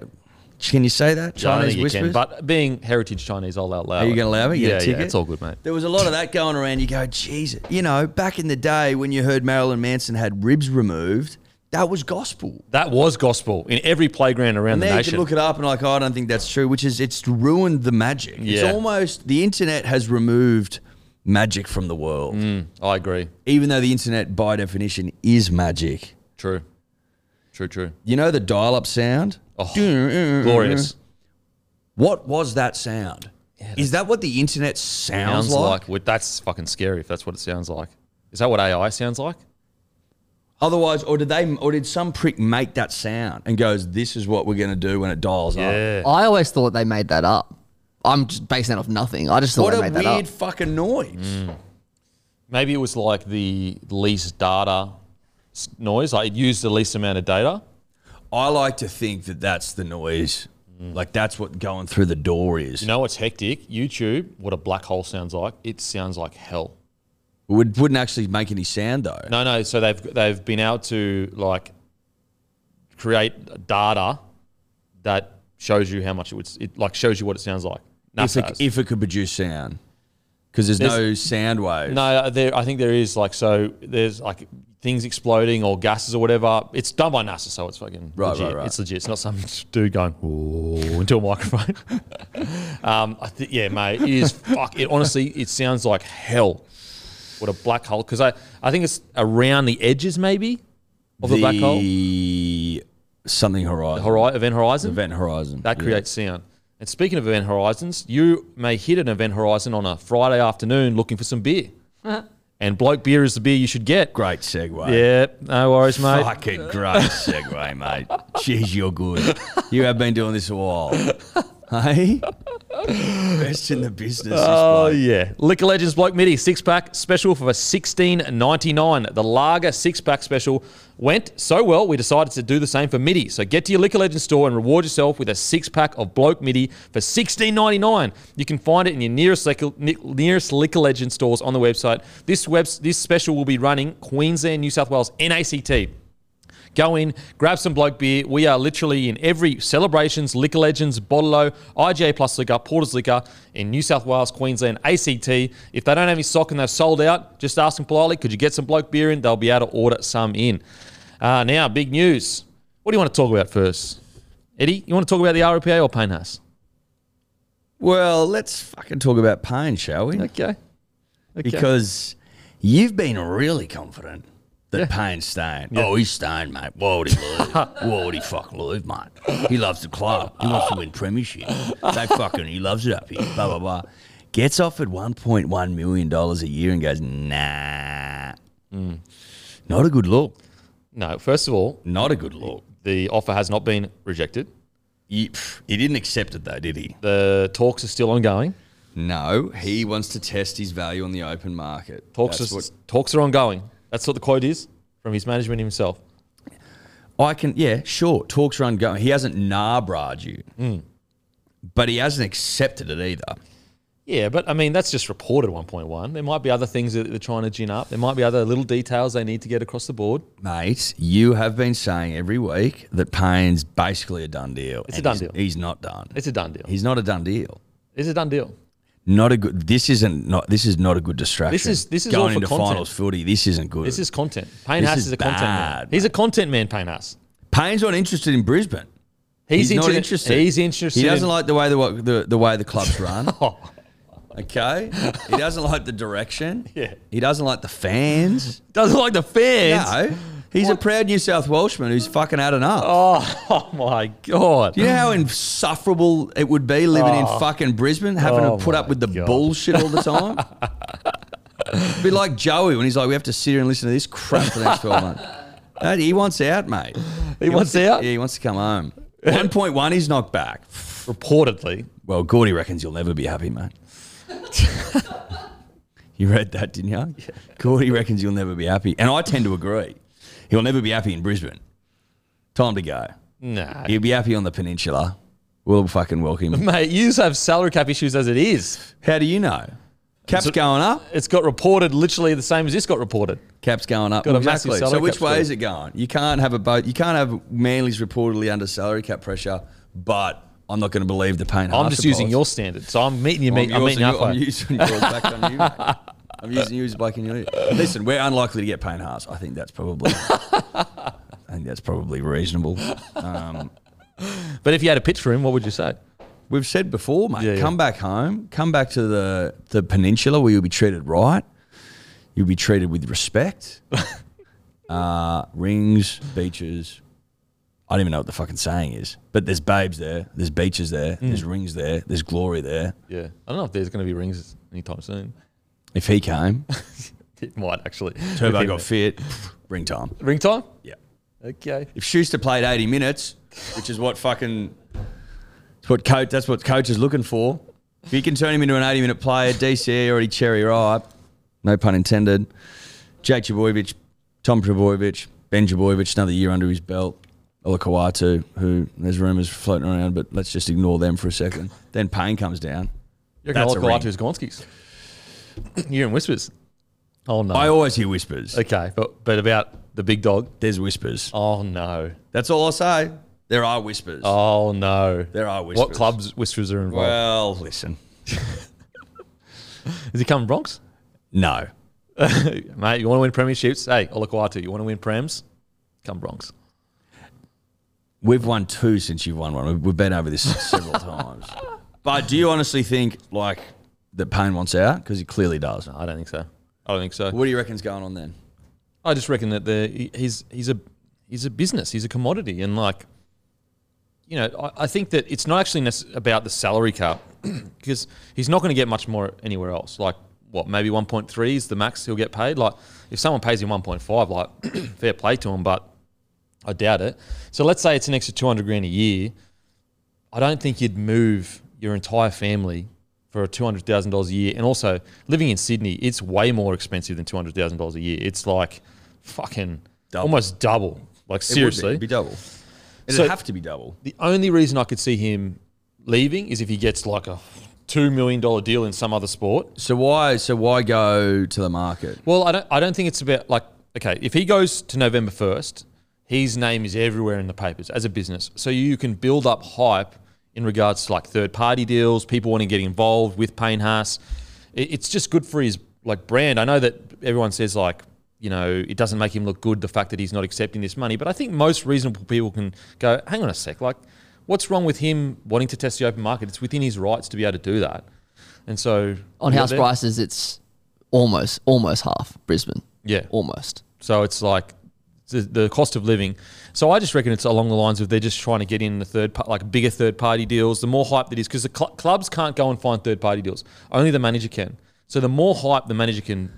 Speaker 3: Can you say that
Speaker 2: Yeah, I don't
Speaker 3: Chinese
Speaker 2: think you
Speaker 3: whispers?
Speaker 2: Can, but being heritage Chinese, I'll allow.
Speaker 3: Are you going to allow me? Get a
Speaker 2: Yeah, yeah,
Speaker 3: ticket?
Speaker 2: it's all good, mate.
Speaker 3: There was a lot of that going around. You go, Jesus, you know, back in the day when you heard Marilyn Manson had ribs removed, that was gospel.
Speaker 2: That was gospel in every playground around
Speaker 3: And
Speaker 2: the
Speaker 3: now you can
Speaker 2: nation.
Speaker 3: look it up and like, oh, I don't think that's true, which is it's ruined the magic.
Speaker 2: Yeah.
Speaker 3: It's almost the internet has removed magic from the world,
Speaker 2: Mm, I agree.
Speaker 3: even though the internet by definition is magic.
Speaker 2: True. True. True.
Speaker 3: You know the dial-up sound?
Speaker 2: Oh, Glorious.
Speaker 3: What was that sound? is that what the internet sounds,
Speaker 2: sounds like, well, that's fucking scary if that's what it sounds like. Is that what AI sounds like?
Speaker 3: Otherwise, or did they, or did some prick make that sound and goes, "This is what we're going to do when it dials up."
Speaker 1: I always thought they made that up. I'm just basing that off nothing. I just thought
Speaker 3: What
Speaker 1: they
Speaker 3: a
Speaker 1: made that up.
Speaker 3: weird fucking noise!
Speaker 2: Mm. Maybe it was like the least data s- noise. Like it used the least amount of data.
Speaker 3: I like to think that that's the noise,
Speaker 2: Mm.
Speaker 3: like that's what going through the door is.
Speaker 2: You know what's hectic? YouTube, what a black hole sounds like. It sounds like hell.
Speaker 3: Would, wouldn't actually make any sound though.
Speaker 2: No, no. So they've they've been able to like create data that shows you how much it would s- it like shows you what it sounds like.
Speaker 3: if,
Speaker 2: NASA
Speaker 3: it,
Speaker 2: has.
Speaker 3: if it could produce sound, because there's, no sound waves.
Speaker 2: No, there. I think there is like so. There's like things exploding or gases or whatever. It's done by NASA, so it's fucking
Speaker 3: Right,
Speaker 2: legit.
Speaker 3: right, right.
Speaker 2: It's legit. It's not some dude going "Ooh," into a microphone. um, I thi- yeah, mate. It is fuck. It honestly, it sounds like hell. What a black hole. Because I, I think it's around the edges maybe of the, black hole
Speaker 3: The something horizon,
Speaker 2: hori- event horizon.
Speaker 3: event horizon
Speaker 2: That
Speaker 3: Yeah.
Speaker 2: creates sound. And speaking of event horizons, you may hit an event horizon on a Friday afternoon looking for some beer. and bloke beer is the beer you should get.
Speaker 3: Great segue.
Speaker 2: Yeah, no worries, mate.
Speaker 3: Fucking great segue, mate. Jeez, you're good. You have been doing this a while. Hey? Best in the business.
Speaker 2: Oh
Speaker 3: this bloke.
Speaker 2: yeah, Liquor Legends Bloke Midi six pack special for sixteen ninety nine. The Lager six pack special went so well, we decided to do the same for Midi. So get to your Liquor Legends store and reward yourself with a six pack of Bloke Midi for sixteen ninety nine. You can find it in your nearest liquor, ni- nearest Liquor Legends stores on the website. This web this special will be running Queensland, New South Wales, NACT. Go in, grab some bloke beer. We are literally in every celebrations, liquor legends, Bottle-O, IGA Plus Liquor, Porter's Liquor in New South Wales, Queensland, ACT. If they don't have any stock and they've sold out, just ask them politely, could you get some bloke beer in? They'll be able to order some in. Uh, now, big news. What do you want to talk about first? Eddie, you want to talk about the RPA or Painhouse?
Speaker 3: Well, let's fucking talk about pain, shall we?
Speaker 2: Okay.
Speaker 3: Because you've been really confident that Payne's staying. Oh, he's staying, mate. Why would he leave? Why would he fucking leave, mate? He loves the club. He wants to win premiership. They fucking, he loves it up here. Blah, blah, blah. Gets offered $1.1 million a year and goes, nah. Not a good look.
Speaker 2: No, first of all,
Speaker 3: Not a good look.
Speaker 2: the offer has not been rejected.
Speaker 3: He, pff, he didn't accept it, though, did he?
Speaker 2: The talks are still ongoing.
Speaker 3: No, he wants to test his value on the open market.
Speaker 2: Talks,
Speaker 3: That's
Speaker 2: is,
Speaker 3: what-
Speaker 2: talks are ongoing. That's what the quote is from his management himself.
Speaker 3: I can, yeah, sure. Talks are ongoing. He hasn't narbrad you,
Speaker 2: Mm.
Speaker 3: but he hasn't accepted it either.
Speaker 2: Yeah, but I mean, that's just reported 1.1. There might be other things that they're trying to gin up. There might be other little details they need to get across the board.
Speaker 3: Mate, you have been saying every week that Payne's basically a done deal.
Speaker 2: It's a
Speaker 3: and
Speaker 2: done deal.
Speaker 3: he's- He's not done.
Speaker 2: It's a done deal.
Speaker 3: he's not a done deal.
Speaker 2: It's a done deal.
Speaker 3: Not a good. This isn't not. This is not a good distraction.
Speaker 2: is- this is
Speaker 3: going
Speaker 2: all for
Speaker 3: into
Speaker 2: content.
Speaker 3: finals footy. This isn't good.
Speaker 2: This is content. Payne
Speaker 3: This
Speaker 2: Haas
Speaker 3: is
Speaker 2: is, a content man.
Speaker 3: bad,
Speaker 2: He's a content man, Payne Haas.
Speaker 3: Payne's not interested in Brisbane.
Speaker 2: He's,
Speaker 3: He's, not
Speaker 2: inter-
Speaker 3: interested.
Speaker 2: He's interested.
Speaker 3: He doesn't
Speaker 2: in-
Speaker 3: like the way the wa- the, the way the clubs run.
Speaker 2: Oh,
Speaker 3: Okay. He doesn't like the direction.
Speaker 2: Yeah.
Speaker 3: He doesn't like the fans.
Speaker 2: doesn't like the fans.
Speaker 3: No. He's a proud New South Welshman who's fucking had enough.
Speaker 2: Oh, oh my god.
Speaker 3: Do you know how insufferable it would be living in fucking Brisbane, having
Speaker 2: Oh
Speaker 3: to put up
Speaker 2: my
Speaker 3: with the
Speaker 2: God.
Speaker 3: bullshit all the time? It'd be like Joey when he's like, we have to sit here and listen to this crap for the next 12 months. That- he wants out, mate.
Speaker 2: He wants
Speaker 3: to-
Speaker 2: out?
Speaker 3: Yeah, he wants to come home. 1.1, he's not back.
Speaker 2: Reportedly,
Speaker 3: Well, Gordy reckons you'll never be happy, mate. you read that, didn't you? Gordy reckons you'll never be happy. And I tend to agree. He'll never be happy in Brisbane. Time to go.
Speaker 2: nah.
Speaker 3: He'll be happy on the peninsula. We'll fucking welcome him.
Speaker 2: Mate, you have salary cap issues as it is.
Speaker 3: How do you know? Cap's going up.
Speaker 2: It's got reported literally the same as this got reported.
Speaker 3: Cap's going up.
Speaker 2: Got a massive
Speaker 3: exactly. So
Speaker 2: salary
Speaker 3: which
Speaker 2: cap
Speaker 3: way
Speaker 2: still.
Speaker 3: is it going? You can't have a boat. You can't have Manly's reportedly under salary cap pressure, but I'm not going to believe the pain.
Speaker 2: I'm just using your standard, so I'm meeting you. Meet, I'm, meeting you
Speaker 3: using your- I'm
Speaker 2: halfway.
Speaker 3: using your back on you. mate. I'm using you as black in your Listen, we're unlikely to get Payne Haas. I think that's probably. I think that's probably reasonable. Um,
Speaker 2: But if you had a pitch for him, what would you say?
Speaker 3: we've said before, mate.
Speaker 2: Yeah, yeah.
Speaker 3: come back home. Come back to the the peninsula where you'll be treated right. You'll be treated with respect. uh, rings, beaches. I don't even know what the fucking saying is, but there's babes there, there's beaches
Speaker 2: Mm.
Speaker 3: there, there's rings there, there's glory there.
Speaker 2: Yeah, I don't know if there's going to be rings anytime soon.
Speaker 3: If he came,
Speaker 2: It might actually.
Speaker 3: Turbo
Speaker 2: Okay.
Speaker 3: got fit, ring time.
Speaker 2: ring time.
Speaker 3: Yeah.
Speaker 2: Okay.
Speaker 3: If Schuster played 80 minutes, which is what fucking it's what coach that's what coach is looking for. If you can turn him into an 80 minute player, DCE already cherry ripe, no pun intended. Jake Jabojevic, Tom Trebojevic, Ben Jabojevic, another year under his belt. Olakawatu, who there's rumours floating around, but let's just ignore them for a second. Then Payne comes down.
Speaker 2: You're
Speaker 3: That's
Speaker 2: going
Speaker 3: a
Speaker 2: to go
Speaker 3: ring.
Speaker 2: out to his Gonskis. You're in whispers. Oh no.
Speaker 3: I always hear whispers.
Speaker 2: okay, but but about the big dog.
Speaker 3: There's whispers.
Speaker 2: Oh no.
Speaker 3: That's all I say. There are whispers.
Speaker 2: Oh no.
Speaker 3: There are
Speaker 2: What
Speaker 3: whispers.
Speaker 2: clubs whispers are involved?
Speaker 3: Well, listen.
Speaker 2: Is he coming Bronx?
Speaker 3: No.
Speaker 2: Mate, you want to win premierships? Hey, Olakwatu, you want to win prems? Come Bronx.
Speaker 3: We've won two since you've won one. We've- We've been over this several times. But do you honestly think like that Payne wants out? Because he clearly does.
Speaker 2: I don't think so. I don't think so.
Speaker 3: What do you reckon's going on then?
Speaker 2: I just reckon that the he- he's he's a he's a business. He's a commodity, and like you know, I, I think that it's not actually nece- about the salary cap because he's not going to get much more anywhere else. Like what, maybe one point three is the max he'll get paid. Like if someone pays him one point five, like fair play to him, but I doubt it. So let's say it's an extra two hundred grand a year. I don't think you'd move your entire family for two hundred thousand dollars a year. And also, living in Sydney, it's way more expensive than two hundred thousand dollars a year. It's like fucking
Speaker 3: Double.
Speaker 2: almost double. Like seriously,
Speaker 3: It would be, It'd be double. It'd
Speaker 2: So-
Speaker 3: have to be double.
Speaker 2: the only reason I could see him leaving is if he gets like a two million dollar deal in some other sport.
Speaker 3: So why so why go to the market?
Speaker 2: Well, I don't. I don't think it's about like okay. If he goes to November first, his name is everywhere in the papers as a business. So you can build up hype in regards to like third party deals, people wanting to get involved with Payne Haas. It- It's just good for his like brand. I know that everyone says like you know it doesn't make him look good the fact that he's not accepting this money, but I think most reasonable people can go, hang on a sec, like. What's wrong with him wanting to test the open market? It's within his rights to be able to do that. And so
Speaker 1: On
Speaker 2: Yeah,
Speaker 1: house
Speaker 2: there-
Speaker 1: prices, it's almost almost half Brisbane.
Speaker 2: Yeah.
Speaker 1: almost.
Speaker 2: So it's like the, the cost of living. So I just reckon it's along the lines of they're just trying to get in the third, par- like bigger third party deals. The more hype that is, because the cl- clubs can't go and find third party deals, only the manager can. So the more hype the manager can,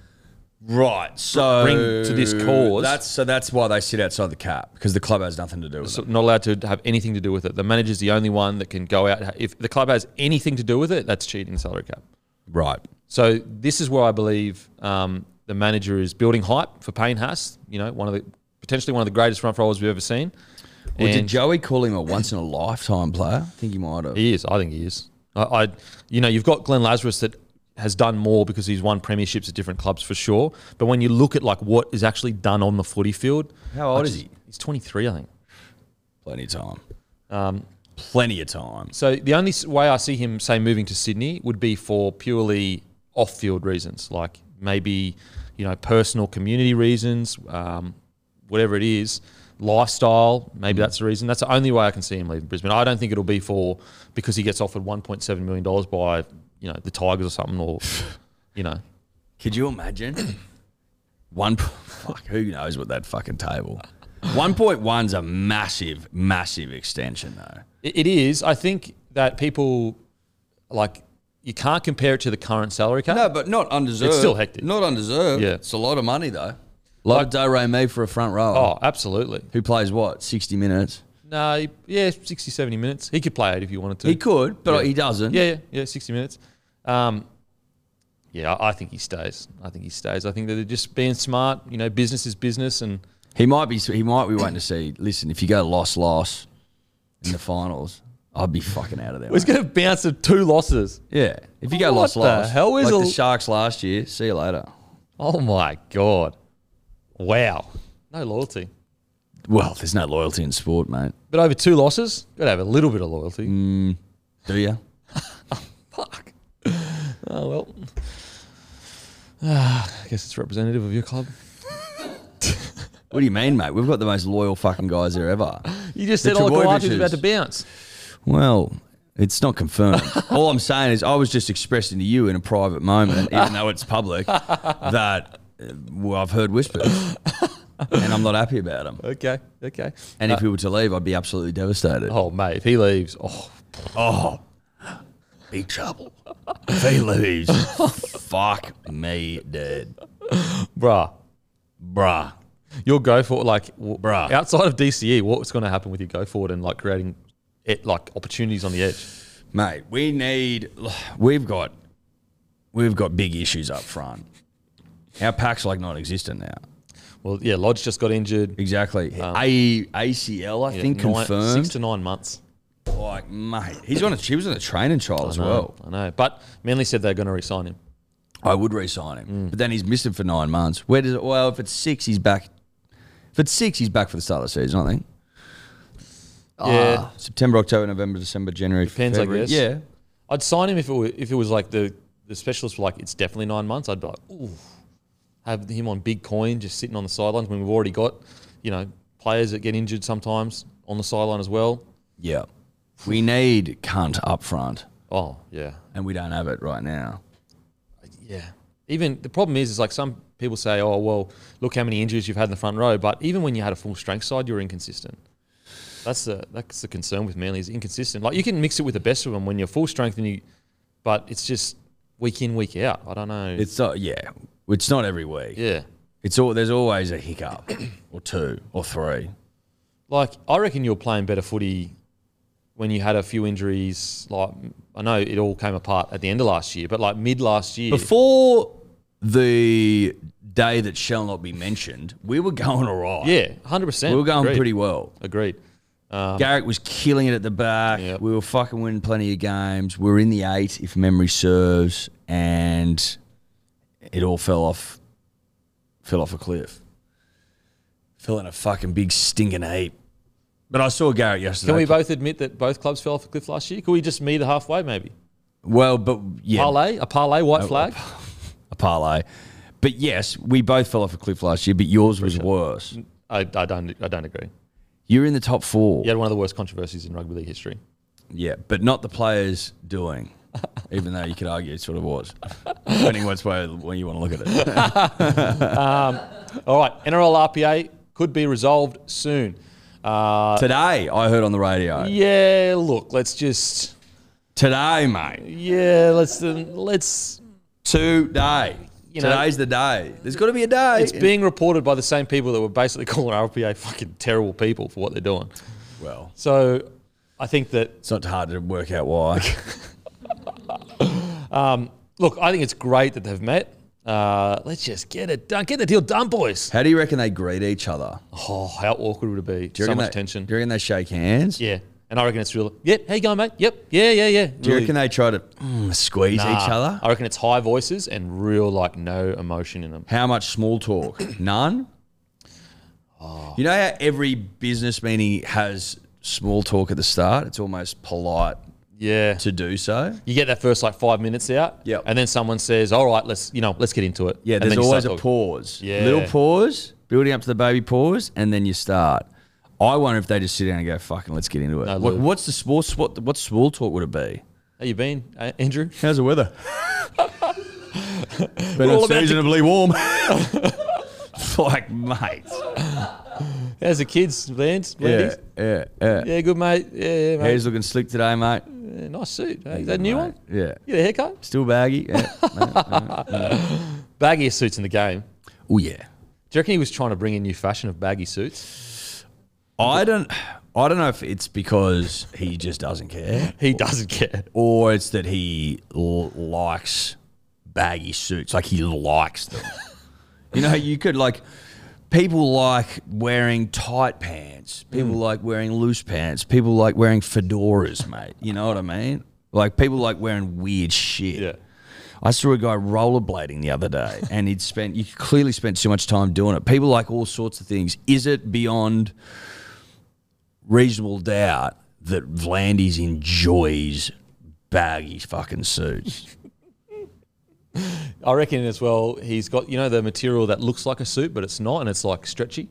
Speaker 3: Right. So
Speaker 2: Bring to this cause.
Speaker 3: That's so that's why they sit outside the cap, because the club has nothing to do with
Speaker 2: so
Speaker 3: it.
Speaker 2: not allowed to have anything to do with it. The manager's the only one that can go out. If the club has anything to do with it, that's cheating the salary cap.
Speaker 3: Right.
Speaker 2: So this is where I believe um, the manager is building hype for Payne Haas. You know, one of the potentially one of the greatest front rollers we've ever seen.
Speaker 3: Well, did
Speaker 2: And
Speaker 3: Joey call him a once in a lifetime player? I think he might have.
Speaker 2: he is. I think he is. I, I, you know, you've got Glenn Lazarus that has done more because he's won premierships at different clubs for sure. But when you look at like what is actually done on the footy field,
Speaker 3: How
Speaker 2: I
Speaker 3: old is he?
Speaker 2: He's 23, I think.
Speaker 3: Plenty of time. Plenty of time.
Speaker 2: So the only s- way I see him say moving to Sydney would be for purely off-field reasons, like maybe you know personal community reasons, um, whatever it is, lifestyle. Maybe that's the reason. That's the only way I can see him leaving Brisbane. I don't think it'll be for because he gets offered 1.7 million dollars by you know the Tigers or something, or you know
Speaker 3: Could you imagine? One, fuck, who knows what that fucking table. 1.1's a massive, massive extension, though.
Speaker 2: It, it is. I think that people like you can't compare it to the current salary cap.
Speaker 3: No, but not undeserved.
Speaker 2: It's still hectic.
Speaker 3: Not undeserved.
Speaker 2: Yeah.
Speaker 3: It's a lot of money, though. A lot of do re me for a front row.
Speaker 2: Oh, absolutely.
Speaker 3: Who plays what? 60 minutes?
Speaker 2: No, he- yeah, 60, 70 minutes. He could play it if you wanted to.
Speaker 3: He could, but
Speaker 2: Yeah.
Speaker 3: he doesn't.
Speaker 2: Yeah, yeah, yeah, 60 minutes. Um, yeah, I I think he stays. I think he stays. I think that they're just being smart. You know, business is business, and
Speaker 3: He might be. He might be waiting to see. Listen, if you go loss loss in the finals, I'd be fucking out of there.
Speaker 2: he's
Speaker 3: mate.
Speaker 2: going to bounce of two losses.
Speaker 3: Yeah, if you go
Speaker 2: What
Speaker 3: loss
Speaker 2: the
Speaker 3: loss,
Speaker 2: hell is
Speaker 3: like
Speaker 2: a-
Speaker 3: the Sharks last year? See you later.
Speaker 2: Oh my god! Wow, no loyalty.
Speaker 3: Well, there's no loyalty in sport, mate.
Speaker 2: But over two losses, got to have a little bit of loyalty.
Speaker 3: Do you?
Speaker 2: Fuck. Oh well. Ah, I guess it's representative of your club.
Speaker 3: What do you mean, mate? We've got the most loyal fucking guys there ever.
Speaker 2: You just
Speaker 3: The
Speaker 2: said Olajuwon's
Speaker 3: Trbojeviches.
Speaker 2: about to bounce.
Speaker 3: Well, it's not confirmed. All I'm saying is I was just expressing to you in a private moment, even though it's public, that uh, well, I've heard whispers, and I'm not happy about them.
Speaker 2: Okay, okay.
Speaker 3: And if he were to leave, I'd be absolutely devastated.
Speaker 2: Oh mate, if he leaves, oh
Speaker 3: big trouble. If he leaves, fuck me, dude.
Speaker 2: bruh,
Speaker 3: Bruh.
Speaker 2: your go for like w-
Speaker 3: Bruh.
Speaker 2: outside of DCE, what's going to happen with your go forward and like creating it like opportunities on the edge?
Speaker 3: Mate, we need we've got we've got big issues up front. Our pack's like non existent now.
Speaker 2: Well, yeah, Lodge just got injured.
Speaker 3: Exactly. A ACL, I
Speaker 2: Yeah,
Speaker 3: think,
Speaker 2: nine-
Speaker 3: confirmed.
Speaker 2: six to nine months.
Speaker 3: like, mate, he's on a she was on a training trial as
Speaker 2: I know,
Speaker 3: well.
Speaker 2: I know. But Manly said they're going to resign him.
Speaker 3: I would re-sign him,
Speaker 2: Mm.
Speaker 3: but then he's missed him for nine months. Where does it? Well, if it's six, he's back. If it's six, he's back for the start of the season. I think
Speaker 2: yeah,
Speaker 3: September, October, November, December, January,
Speaker 2: Ah. Depends, I
Speaker 3: February.
Speaker 2: guess.
Speaker 3: Yeah,
Speaker 2: I'd sign him if it were, if it was like the the specialists were like it's definitely nine months. I'd be like, ooh, have him on big coin just sitting on the sidelines when we've already got, you know, players that get injured sometimes on the sideline as well.
Speaker 3: Yeah. We need cunt up front,
Speaker 2: Oh yeah,
Speaker 3: and we don't have it right now.
Speaker 2: yeah. Even the problem is, is like some people say, oh well, look how many injuries you've had in the front row. But even when you had a full strength side, you were inconsistent. That's the that's the concern with Manly is inconsistent. Like you can mix it with the best of them when you're full strength and you, but it's just week in week out. I don't know.
Speaker 3: It's not, yeah, it's not every week.
Speaker 2: yeah.
Speaker 3: It's all there's always a hiccup, or two, or three.
Speaker 2: Like, I reckon you were playing better footy when you had a few injuries. Like, I know it all came apart at the end of last year, but like mid last year,
Speaker 3: Before the day that shall not be mentioned, we were going all right.
Speaker 2: yeah, hundred percent.
Speaker 3: we were going pretty well.
Speaker 2: Agreed. Um,
Speaker 3: Garrick was killing it at the back.
Speaker 2: Yep.
Speaker 3: We were fucking winning plenty of games. We were in the eight, if memory serves, and it all fell off, fell off a cliff, fell in a fucking big stinking heap. But I saw Garrett yesterday.
Speaker 2: Can we both admit that both clubs fell off a cliff last year? Could we just meet halfway, maybe?
Speaker 3: well, but yeah,
Speaker 2: Parlay, a parlay, white flag.
Speaker 3: a parlay. But yes, we both fell off a cliff last year. But yours was worse.
Speaker 2: I, I don't. I don't agree.
Speaker 3: You're in the top four.
Speaker 2: You had one of the worst controversies in rugby league history.
Speaker 3: Yeah, but not the players doing. Even though you could argue it sort of was, depending which way when you want to look at it.
Speaker 2: All right, NRL RPA could be resolved soon. Uh,
Speaker 3: Today, I heard on the radio.
Speaker 2: yeah, look, let's just.
Speaker 3: Today, mate.
Speaker 2: Yeah, let's let's
Speaker 3: Today.
Speaker 2: You know-
Speaker 3: Today's the day. There's got to be a day.
Speaker 2: It's being reported by the same people that were basically calling RPA fucking terrible people for what they're doing.
Speaker 3: well,
Speaker 2: So I think that
Speaker 3: it's not hard to work out why.
Speaker 2: Look, I think it's great that they've met. Uh, let's just get it done. Get the deal done, boys.
Speaker 3: How do you reckon they greet each other?
Speaker 2: Oh, how awkward would it be?
Speaker 3: Do you
Speaker 2: so
Speaker 3: reckon
Speaker 2: much
Speaker 3: they,
Speaker 2: tension.
Speaker 3: Do you reckon they shake hands?
Speaker 2: Yeah. And I reckon it's real. Yep. How you going, mate? Yep. Yeah, yeah, yeah.
Speaker 3: Do you reckon they try to mm, squeeze each other?
Speaker 2: I reckon it's high voices and real, like, no emotion in them.
Speaker 3: How much small talk? None. You know how every business meeting has small talk at the start. It's almost polite
Speaker 2: Yeah.
Speaker 3: to do so.
Speaker 2: You get that first, like, five minutes out.
Speaker 3: Yep.
Speaker 2: And then someone says, all right, let's, you know, let's get into it.
Speaker 3: Yeah,
Speaker 2: And
Speaker 3: there's
Speaker 2: then you
Speaker 3: always
Speaker 2: start
Speaker 3: a
Speaker 2: talking.
Speaker 3: pause.
Speaker 2: Yeah.
Speaker 3: Little pause, building up to the baby pause, and then you start. I wonder if they just sit down and go, fucking, let's get into it.
Speaker 2: No,
Speaker 3: What-
Speaker 2: Lou.
Speaker 3: what's the sports? What, what small talk would it be?
Speaker 2: How you been, A- Andrew?
Speaker 3: How's the weather? but
Speaker 2: all
Speaker 3: it's
Speaker 2: about to-
Speaker 3: reasonably warm. like, mate.
Speaker 2: How's the kids, Lance?
Speaker 3: Yeah,
Speaker 2: Ladies?
Speaker 3: yeah, yeah.
Speaker 2: Yeah, good, mate. Yeah, yeah, mate.
Speaker 3: Hair's looking slick today, mate.
Speaker 2: Yeah, nice suit. Hey, that new
Speaker 3: Mate,
Speaker 2: one?
Speaker 3: Yeah.
Speaker 2: Yeah, the haircut?
Speaker 3: Still baggy. Yeah.
Speaker 2: Baggiest suits in the game.
Speaker 3: oh,
Speaker 2: Do
Speaker 3: yeah.
Speaker 2: you reckon he was trying to bring a new fashion of baggy suits?
Speaker 3: I don't. I don't know if it's because he just doesn't care,
Speaker 2: He doesn't care.
Speaker 3: or it's that he l- likes baggy suits. Like he likes them. you know, you could like people like wearing tight pants. People like wearing loose pants. People like wearing fedoras, mate. You know what I mean? Like people like wearing weird shit.
Speaker 2: Yeah.
Speaker 3: I saw a guy rollerblading the other day, and he'd spent. You clearly spent too much time doing it. People like all sorts of things. Is it beyond reasonable doubt that Vlandis enjoys baggy fucking suits?
Speaker 2: I reckon as well, he's got, you know, the material that looks like a suit, but it's not, and it's like stretchy.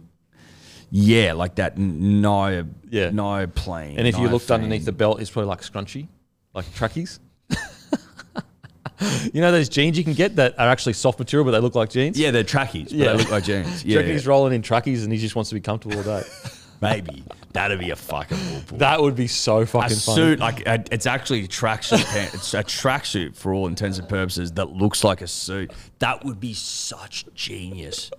Speaker 3: yeah, like that n- no,
Speaker 2: Yeah.
Speaker 3: no plane.
Speaker 2: And if you looked underneath the belt, it's probably like scrunchy, like trackies. you know those jeans you can get that are actually soft material, but they look like jeans?
Speaker 3: yeah, they're trackies, but
Speaker 2: Yeah.
Speaker 3: they look like jeans.
Speaker 2: Do you
Speaker 3: Yeah,
Speaker 2: reckon he's rolling in trackies and he just wants to be comfortable all day?
Speaker 3: maybe that'd be a fucking whoop.
Speaker 2: that would be so
Speaker 3: A
Speaker 2: fucking funny.
Speaker 3: suit like a, it's actually a tracksuit pant. It's a tracksuit for all intents and purposes that looks like a suit. That would be such genius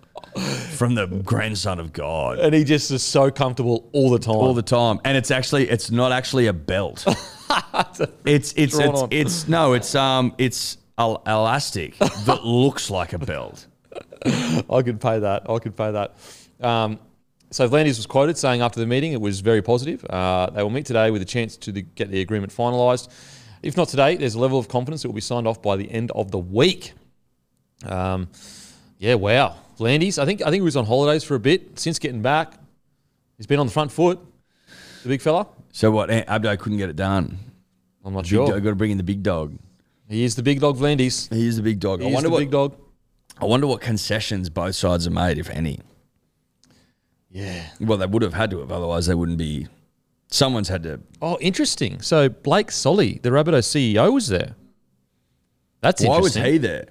Speaker 3: from the grandson of God.
Speaker 2: And he just is so comfortable all the time.
Speaker 3: all the time, and it's actually it's not actually a belt. it's it's
Speaker 2: Drawn
Speaker 3: it's,
Speaker 2: on.
Speaker 3: it's no, it's um it's el- elastic that looks like a belt.
Speaker 2: I could pay that. I could pay that. Um, so Vlandis was quoted saying after the meeting it was very positive. Uh, they will meet today with a chance to the, get the agreement finalised. If not today, there's a level of confidence it will be signed off by the end of the week. Um, yeah, wow, Vlandis. I think I think he was on holidays for a bit. Since getting back, he's been on the front foot. The big fella.
Speaker 3: So what? eh, Abdo couldn't get it done.
Speaker 2: I'm not
Speaker 3: Big
Speaker 2: sure.
Speaker 3: dog, got to bring in the big dog.
Speaker 2: He is the big dog, Vlandis.
Speaker 3: He is the big dog.
Speaker 2: He
Speaker 3: I
Speaker 2: is
Speaker 3: wonder
Speaker 2: the
Speaker 3: what
Speaker 2: big dog.
Speaker 3: I wonder what concessions both sides have made, if any.
Speaker 2: Yeah.
Speaker 3: Well, they would have had to have, otherwise they wouldn't be. Someone's had to.
Speaker 2: Oh, interesting. So Blake Solly, the Rabbitoh CEO, was there. That's
Speaker 3: Why was
Speaker 2: interesting.
Speaker 3: he there?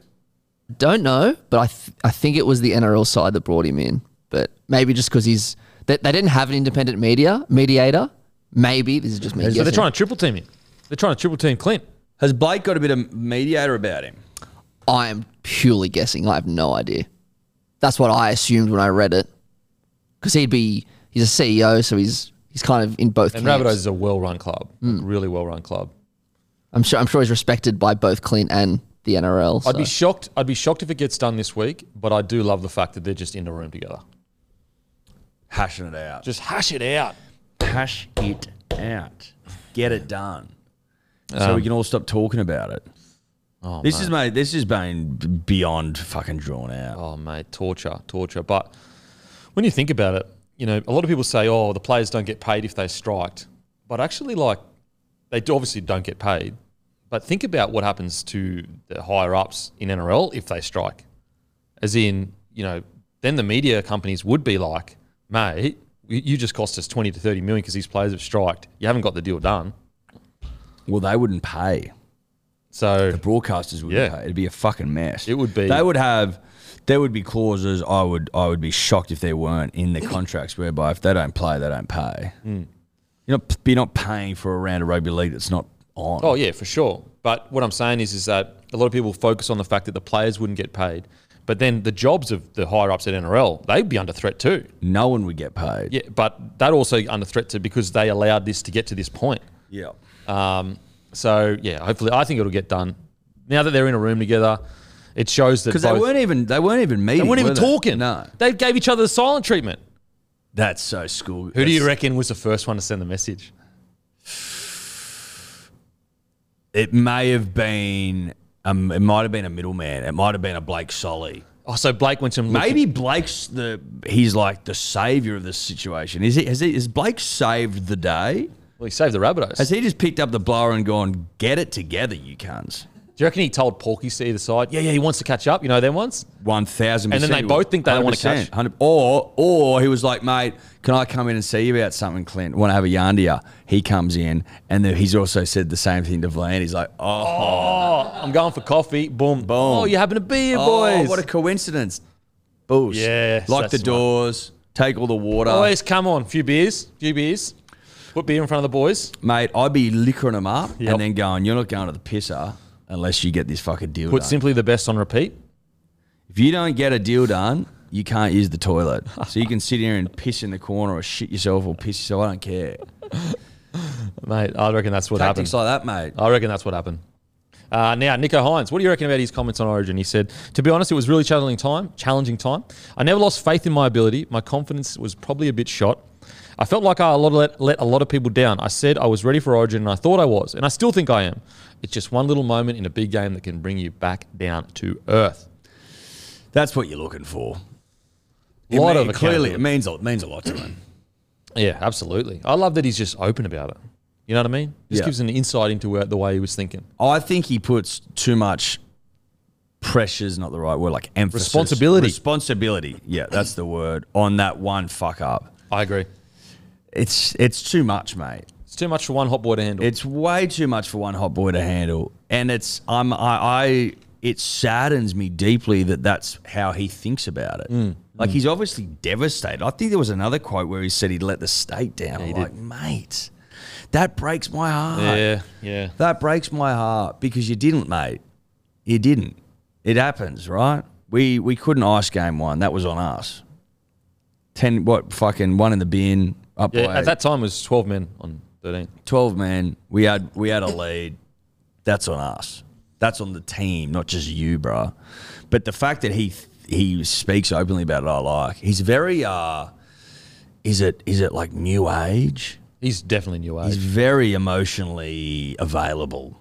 Speaker 1: Don't know, but I th- I think it was the NRL side that brought him in. But maybe just because he's they, they didn't have an independent media mediator. Maybe this is just me.
Speaker 2: So they're
Speaker 1: guessing.
Speaker 2: trying to triple team him. They're trying to triple team Clint.
Speaker 3: Has Blake got a bit of mediator about him?
Speaker 1: I am purely guessing. I have no idea. That's what I assumed when I read it, because he'd be he's a CEO, so he's he's kind of in both.
Speaker 2: And
Speaker 1: camps.
Speaker 2: Rabbitohs is a well-run club, like, really well-run club.
Speaker 1: I'm sure I'm sure he's respected by both Clint and the NRL.
Speaker 2: I'd
Speaker 1: so-
Speaker 2: be shocked. I'd be shocked if it gets done this week, but I do love the fact that they're just in the room together.
Speaker 3: Hashing it out.
Speaker 2: Just hash it out.
Speaker 3: hash it out. Get it done. so we can all stop talking about it.
Speaker 2: Oh,
Speaker 3: this is mate, this has been beyond fucking drawn out.
Speaker 2: Oh mate, torture, torture. But when you think about it, you know, a lot of people say, "Oh, the players don't get paid if they striked," but actually, like, they do obviously don't get paid. But think about what happens to the higher ups in NRL if they strike, as in, you know, then the media companies would be like, "Mate, you you just cost us twenty to thirty million because these players have striked. You haven't got the deal done."
Speaker 3: Well, they wouldn't pay.
Speaker 2: So
Speaker 3: The broadcasters wouldn't
Speaker 2: Yeah.
Speaker 3: pay. It'd be a fucking mess.
Speaker 2: It would be-
Speaker 3: They would have there would be clauses I would I would be shocked if there weren't in the contracts whereby if they don't play, they don't pay.
Speaker 2: Hmm.
Speaker 3: You're not you're not paying for a round of rugby league that's not on.
Speaker 2: Oh yeah, for sure. But what I'm saying is, is that a lot of people focus on the fact that the players wouldn't get paid, but then the jobs of the higher ups at NRL they'd be under threat too.
Speaker 3: No one would get paid.
Speaker 2: Yeah, but that also under threat too because they allowed this to get to this point.
Speaker 3: yeah.
Speaker 2: Um, so yeah, hopefully I think it'll get done now that they're in a room together, it shows that
Speaker 3: because they
Speaker 2: both-
Speaker 3: weren't even they weren't even meeting.
Speaker 2: they weren't even
Speaker 3: were
Speaker 2: talking.
Speaker 3: No,
Speaker 2: They gave each other the silent treatment.
Speaker 3: that's so school.
Speaker 2: Who do you reckon was the first one to send the message?
Speaker 3: It may have been. Um, it might have been a middleman. It might have been a Blake Solly.
Speaker 2: Oh, so Blake went to him. looking-
Speaker 3: Maybe Blake's the he's like the savior of this situation. Is he? Has he? Has Blake saved the day?
Speaker 2: Well, he saved the Rabbitohs.
Speaker 3: Has he just picked up the blower and gone, get it together, you cunts?
Speaker 2: Do you reckon he told Porky's to either side? Yeah, yeah, he wants to catch up. You know them ones.
Speaker 3: One thousand.
Speaker 2: And then they both think they don't wanna catch.
Speaker 3: Or, or he was like, mate, can I come in and see you about something, Clint? Want to have a yarn to you? He comes in, and then he's also said the same thing to Vlan. He's like, oh,
Speaker 2: Oh, I'm going for coffee. Boom, boom. Oh, you having a beer,
Speaker 3: oh,
Speaker 2: boys?
Speaker 3: what a coincidence. Bulls.
Speaker 2: Yes,
Speaker 3: Lock
Speaker 2: that's
Speaker 3: the
Speaker 2: the one.
Speaker 3: doors. Take all the water,
Speaker 2: boys, come on. Few beers, few beers. Put beer in front of the boys.
Speaker 3: mate. I'd be liquoring them up
Speaker 2: Yep.
Speaker 3: and then going, "You're not going to the pisser unless you get this fucking deal
Speaker 2: Put
Speaker 3: done.
Speaker 2: simply the best on repeat.
Speaker 3: If you don't get a deal done, you can't use the toilet. so you can sit here and piss in the corner or shit yourself or piss yourself. I don't care.
Speaker 2: Mate, I reckon that's what happened.
Speaker 3: Tactics like that, mate.
Speaker 2: I reckon that's what happened. Uh, now, Nico Hines, what do you reckon about his comments on Origin? He said, "To be honest, it was really challenging time. Challenging time. I never lost faith in my ability. My confidence was probably a bit shot. I felt like I a lot of let, let a lot of people down. I said I was ready for Origin, and I thought I was, and I still think I am. It's just one little moment in a big game that can bring you back down to earth.
Speaker 3: That's what you're looking for.
Speaker 2: A lot of
Speaker 3: clearly,
Speaker 2: accountability.
Speaker 3: it means a- it means a lot to him.
Speaker 2: Yeah, absolutely. I love that he's just open about it. You know what I mean? Just
Speaker 3: Yeah.
Speaker 2: gives an insight into where, the way he was thinking.
Speaker 3: I think he puts too much pressure is not the right word, like emphasis,
Speaker 2: Responsibility.
Speaker 3: responsibility. Yeah, that's the word on that one fuck up.
Speaker 2: I agree.
Speaker 3: It's it's too much, mate.
Speaker 2: It's too much for one hot boy to handle.
Speaker 3: It's way too much for one hot boy to handle, and it's I'm I, I it saddens me deeply that that's how he thinks about it.
Speaker 2: Mm.
Speaker 3: Like he's obviously devastated. I think there was another quote where he said he'd let the state down. I'm like, mate, that breaks my heart.
Speaker 2: yeah, yeah.
Speaker 3: That breaks my heart because you didn't, mate. You didn't. It happens, right? We we couldn't ice game one. That was on us. Ten what fucking one in the bin up
Speaker 2: Yeah,
Speaker 3: by
Speaker 2: at that time it was 12 men on 13.
Speaker 3: 12 man we had we had a lead that's on us that's on the team not just you bruh but the fact that he he speaks openly about it i like he's very uh is it is it like new age
Speaker 2: He's definitely new
Speaker 3: he's
Speaker 2: age.
Speaker 3: very emotionally available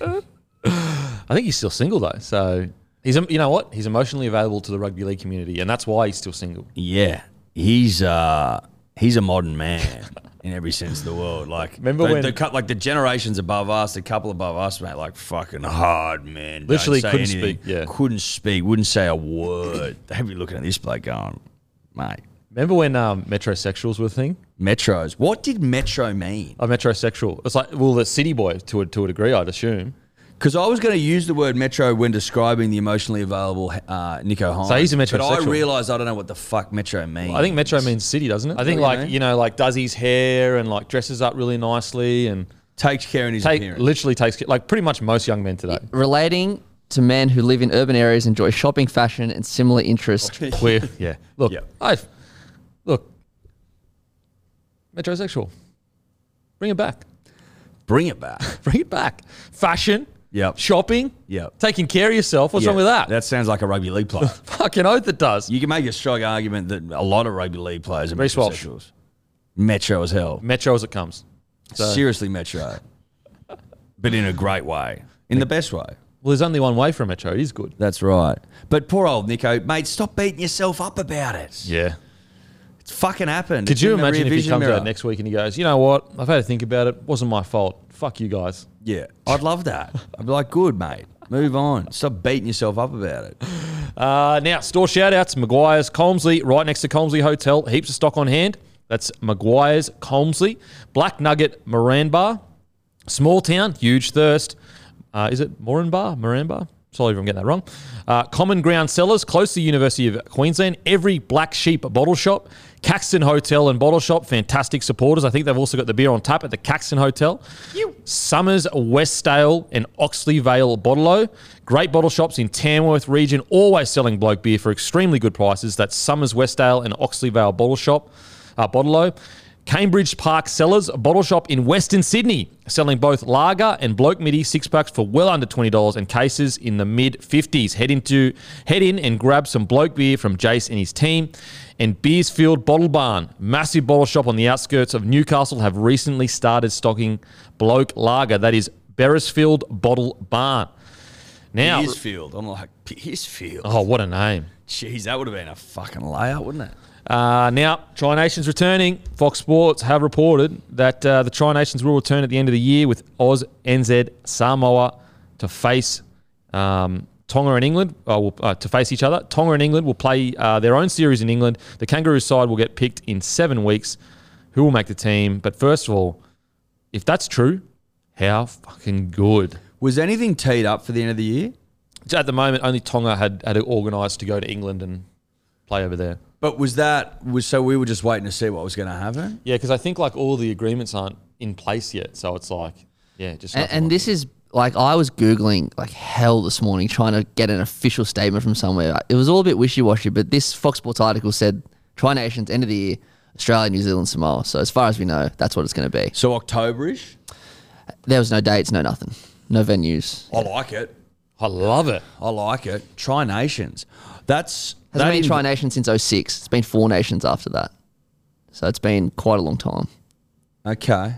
Speaker 2: I think he's still single though. So he's em- you know what? He's emotionally available to the rugby league community and that's why he's still single.
Speaker 3: yeah he's uh he's a modern man in every sense of the word like
Speaker 2: Remember
Speaker 3: the,
Speaker 2: when-
Speaker 3: the, cou- like the generations above us the couple above us mate like fucking hard man Don't
Speaker 2: Literally
Speaker 3: say
Speaker 2: couldn't
Speaker 3: anything.
Speaker 2: speak, yeah.
Speaker 3: couldn't speak wouldn't say a word they'd be looking at this bloke going mate
Speaker 2: Remember when um, metrosexuals were a thing?
Speaker 3: metros what did metro mean
Speaker 2: A metrosexual. It's like well the city boy to a, to a degree I'd assume.
Speaker 3: because i was going to use the word metro when describing the emotionally available uh, nico Hines,
Speaker 2: he's a
Speaker 3: but i
Speaker 2: metrosexual.
Speaker 3: realized i don't know what the fuck metro means
Speaker 2: I think metro means city, doesn't it? I think
Speaker 3: Oh, yeah.
Speaker 2: like you know like does his hair and like dresses up really nicely and
Speaker 3: takes care in his
Speaker 2: take
Speaker 3: appearance
Speaker 2: literally takes like pretty much most young men today.
Speaker 1: Relating to men who live in urban areas, enjoy shopping, fashion, and similar interests.
Speaker 2: We're yeah. Look,
Speaker 3: Yeah.
Speaker 2: I've look metrosexual. Bring it back.
Speaker 3: bring it back
Speaker 2: Bring it back. Fashion.
Speaker 3: Yep.
Speaker 2: Shopping.
Speaker 3: Yep.
Speaker 2: Taking care of yourself. What's wrong with that?
Speaker 3: that sounds like a rugby league player
Speaker 2: Fucking oath it does.
Speaker 3: You can make a strong argument that a lot of rugby league players are
Speaker 2: Reece Walsh.
Speaker 3: metrosexuals. Metro as hell.
Speaker 2: Metro as it comes.
Speaker 3: Seriously, metro. but in a great way, in the best way.
Speaker 2: Well, there's only one way for a metro. It is good.
Speaker 3: That's right. But poor old Nico, mate, stop beating yourself up about it.
Speaker 2: Yeah.
Speaker 3: It's fucking happened.
Speaker 2: Could
Speaker 3: It's
Speaker 2: you
Speaker 3: in the
Speaker 2: imagine
Speaker 3: rear
Speaker 2: if he
Speaker 3: vision
Speaker 2: comes
Speaker 3: mirror.
Speaker 2: out next week and he goes, you know what? I've had to think about it. Wasn't my fault. Fuck you guys.
Speaker 3: Yeah, I'd love that. I'd be like, good, mate. Move on. Stop beating yourself up about it.
Speaker 2: Uh, now, store shout outs Maguire's Colmsley, right next to Colmsley Hotel. Heaps of stock on hand. That's Maguire's Colmsley. Black Nugget Moran Bar. Small Town, Huge Thirst. Uh, is it Moran Bar? Moran Bar? Sorry if I'm getting that wrong. Uh, Common Ground Cellars, close to the University of Queensland. Every Black Sheep Bottle Shop. Caxton Hotel and Bottle Shop, fantastic supporters. I think they've also got the beer on tap at the Caxton Hotel. Summers, Westdale, and Oxley Vale Bottle-O. Great bottle shops in Tamworth region, always selling bloke beer for extremely good prices. That's Summers, Westdale, and Oxley Vale Bottle Shop, uh, Bottle-O. Cambridge Park Cellars, a bottle shop in Western Sydney, selling both lager and bloke midi six packs for well under twenty dollars and cases in the mid fifties. Head into head in and grab some bloke beer from Jace and his team. And Beersfield Bottle Barn, massive bottle shop on the outskirts of Newcastle, have recently started stocking bloke lager. That is Beresfield Bottle Barn. Now,
Speaker 3: Piersfield. I'm like, Piersfield.
Speaker 2: oh, what a name!
Speaker 3: Jeez, that would have been a fucking layout, wouldn't it?
Speaker 2: Uh, now, Tri Nations returning. Fox Sports have reported that uh, the Tri Nations will return at the end of the year with Oz, NZ, Samoa to face um, Tonga and England, uh, will, uh, to face each other. Tonga and England will play uh, their own series in England. The Kangaroo side will get picked in seven weeks. Who will make the team? But first of all, if that's true, how fucking good.
Speaker 3: Was anything teed up for the end of the year?
Speaker 2: At the moment, only Tonga had, had it organised to go to England and play over there.
Speaker 3: But was that was so we were just waiting to see what was going to happen?
Speaker 2: Yeah, because I think like all the agreements aren't in place yet, so it's like, yeah, just
Speaker 1: And,
Speaker 2: nothing
Speaker 1: and
Speaker 2: like
Speaker 1: this is like I was googling like hell this morning trying to get an official statement from somewhere. It was all a bit wishy washy, but this Fox Sports article said Tri Nations end of the year, Australia, New Zealand, Samoa. So as far as we know, that's what it's going to be.
Speaker 3: So Octoberish.
Speaker 1: There was no dates, no nothing, no venues.
Speaker 3: I like it.
Speaker 2: I love it.
Speaker 3: I like it. Tri Nations. That's
Speaker 1: Has not
Speaker 3: that
Speaker 1: been
Speaker 3: inv-
Speaker 1: Tri Nation since 06. It's been four nations after that. So it's been quite a long time.
Speaker 3: Okay,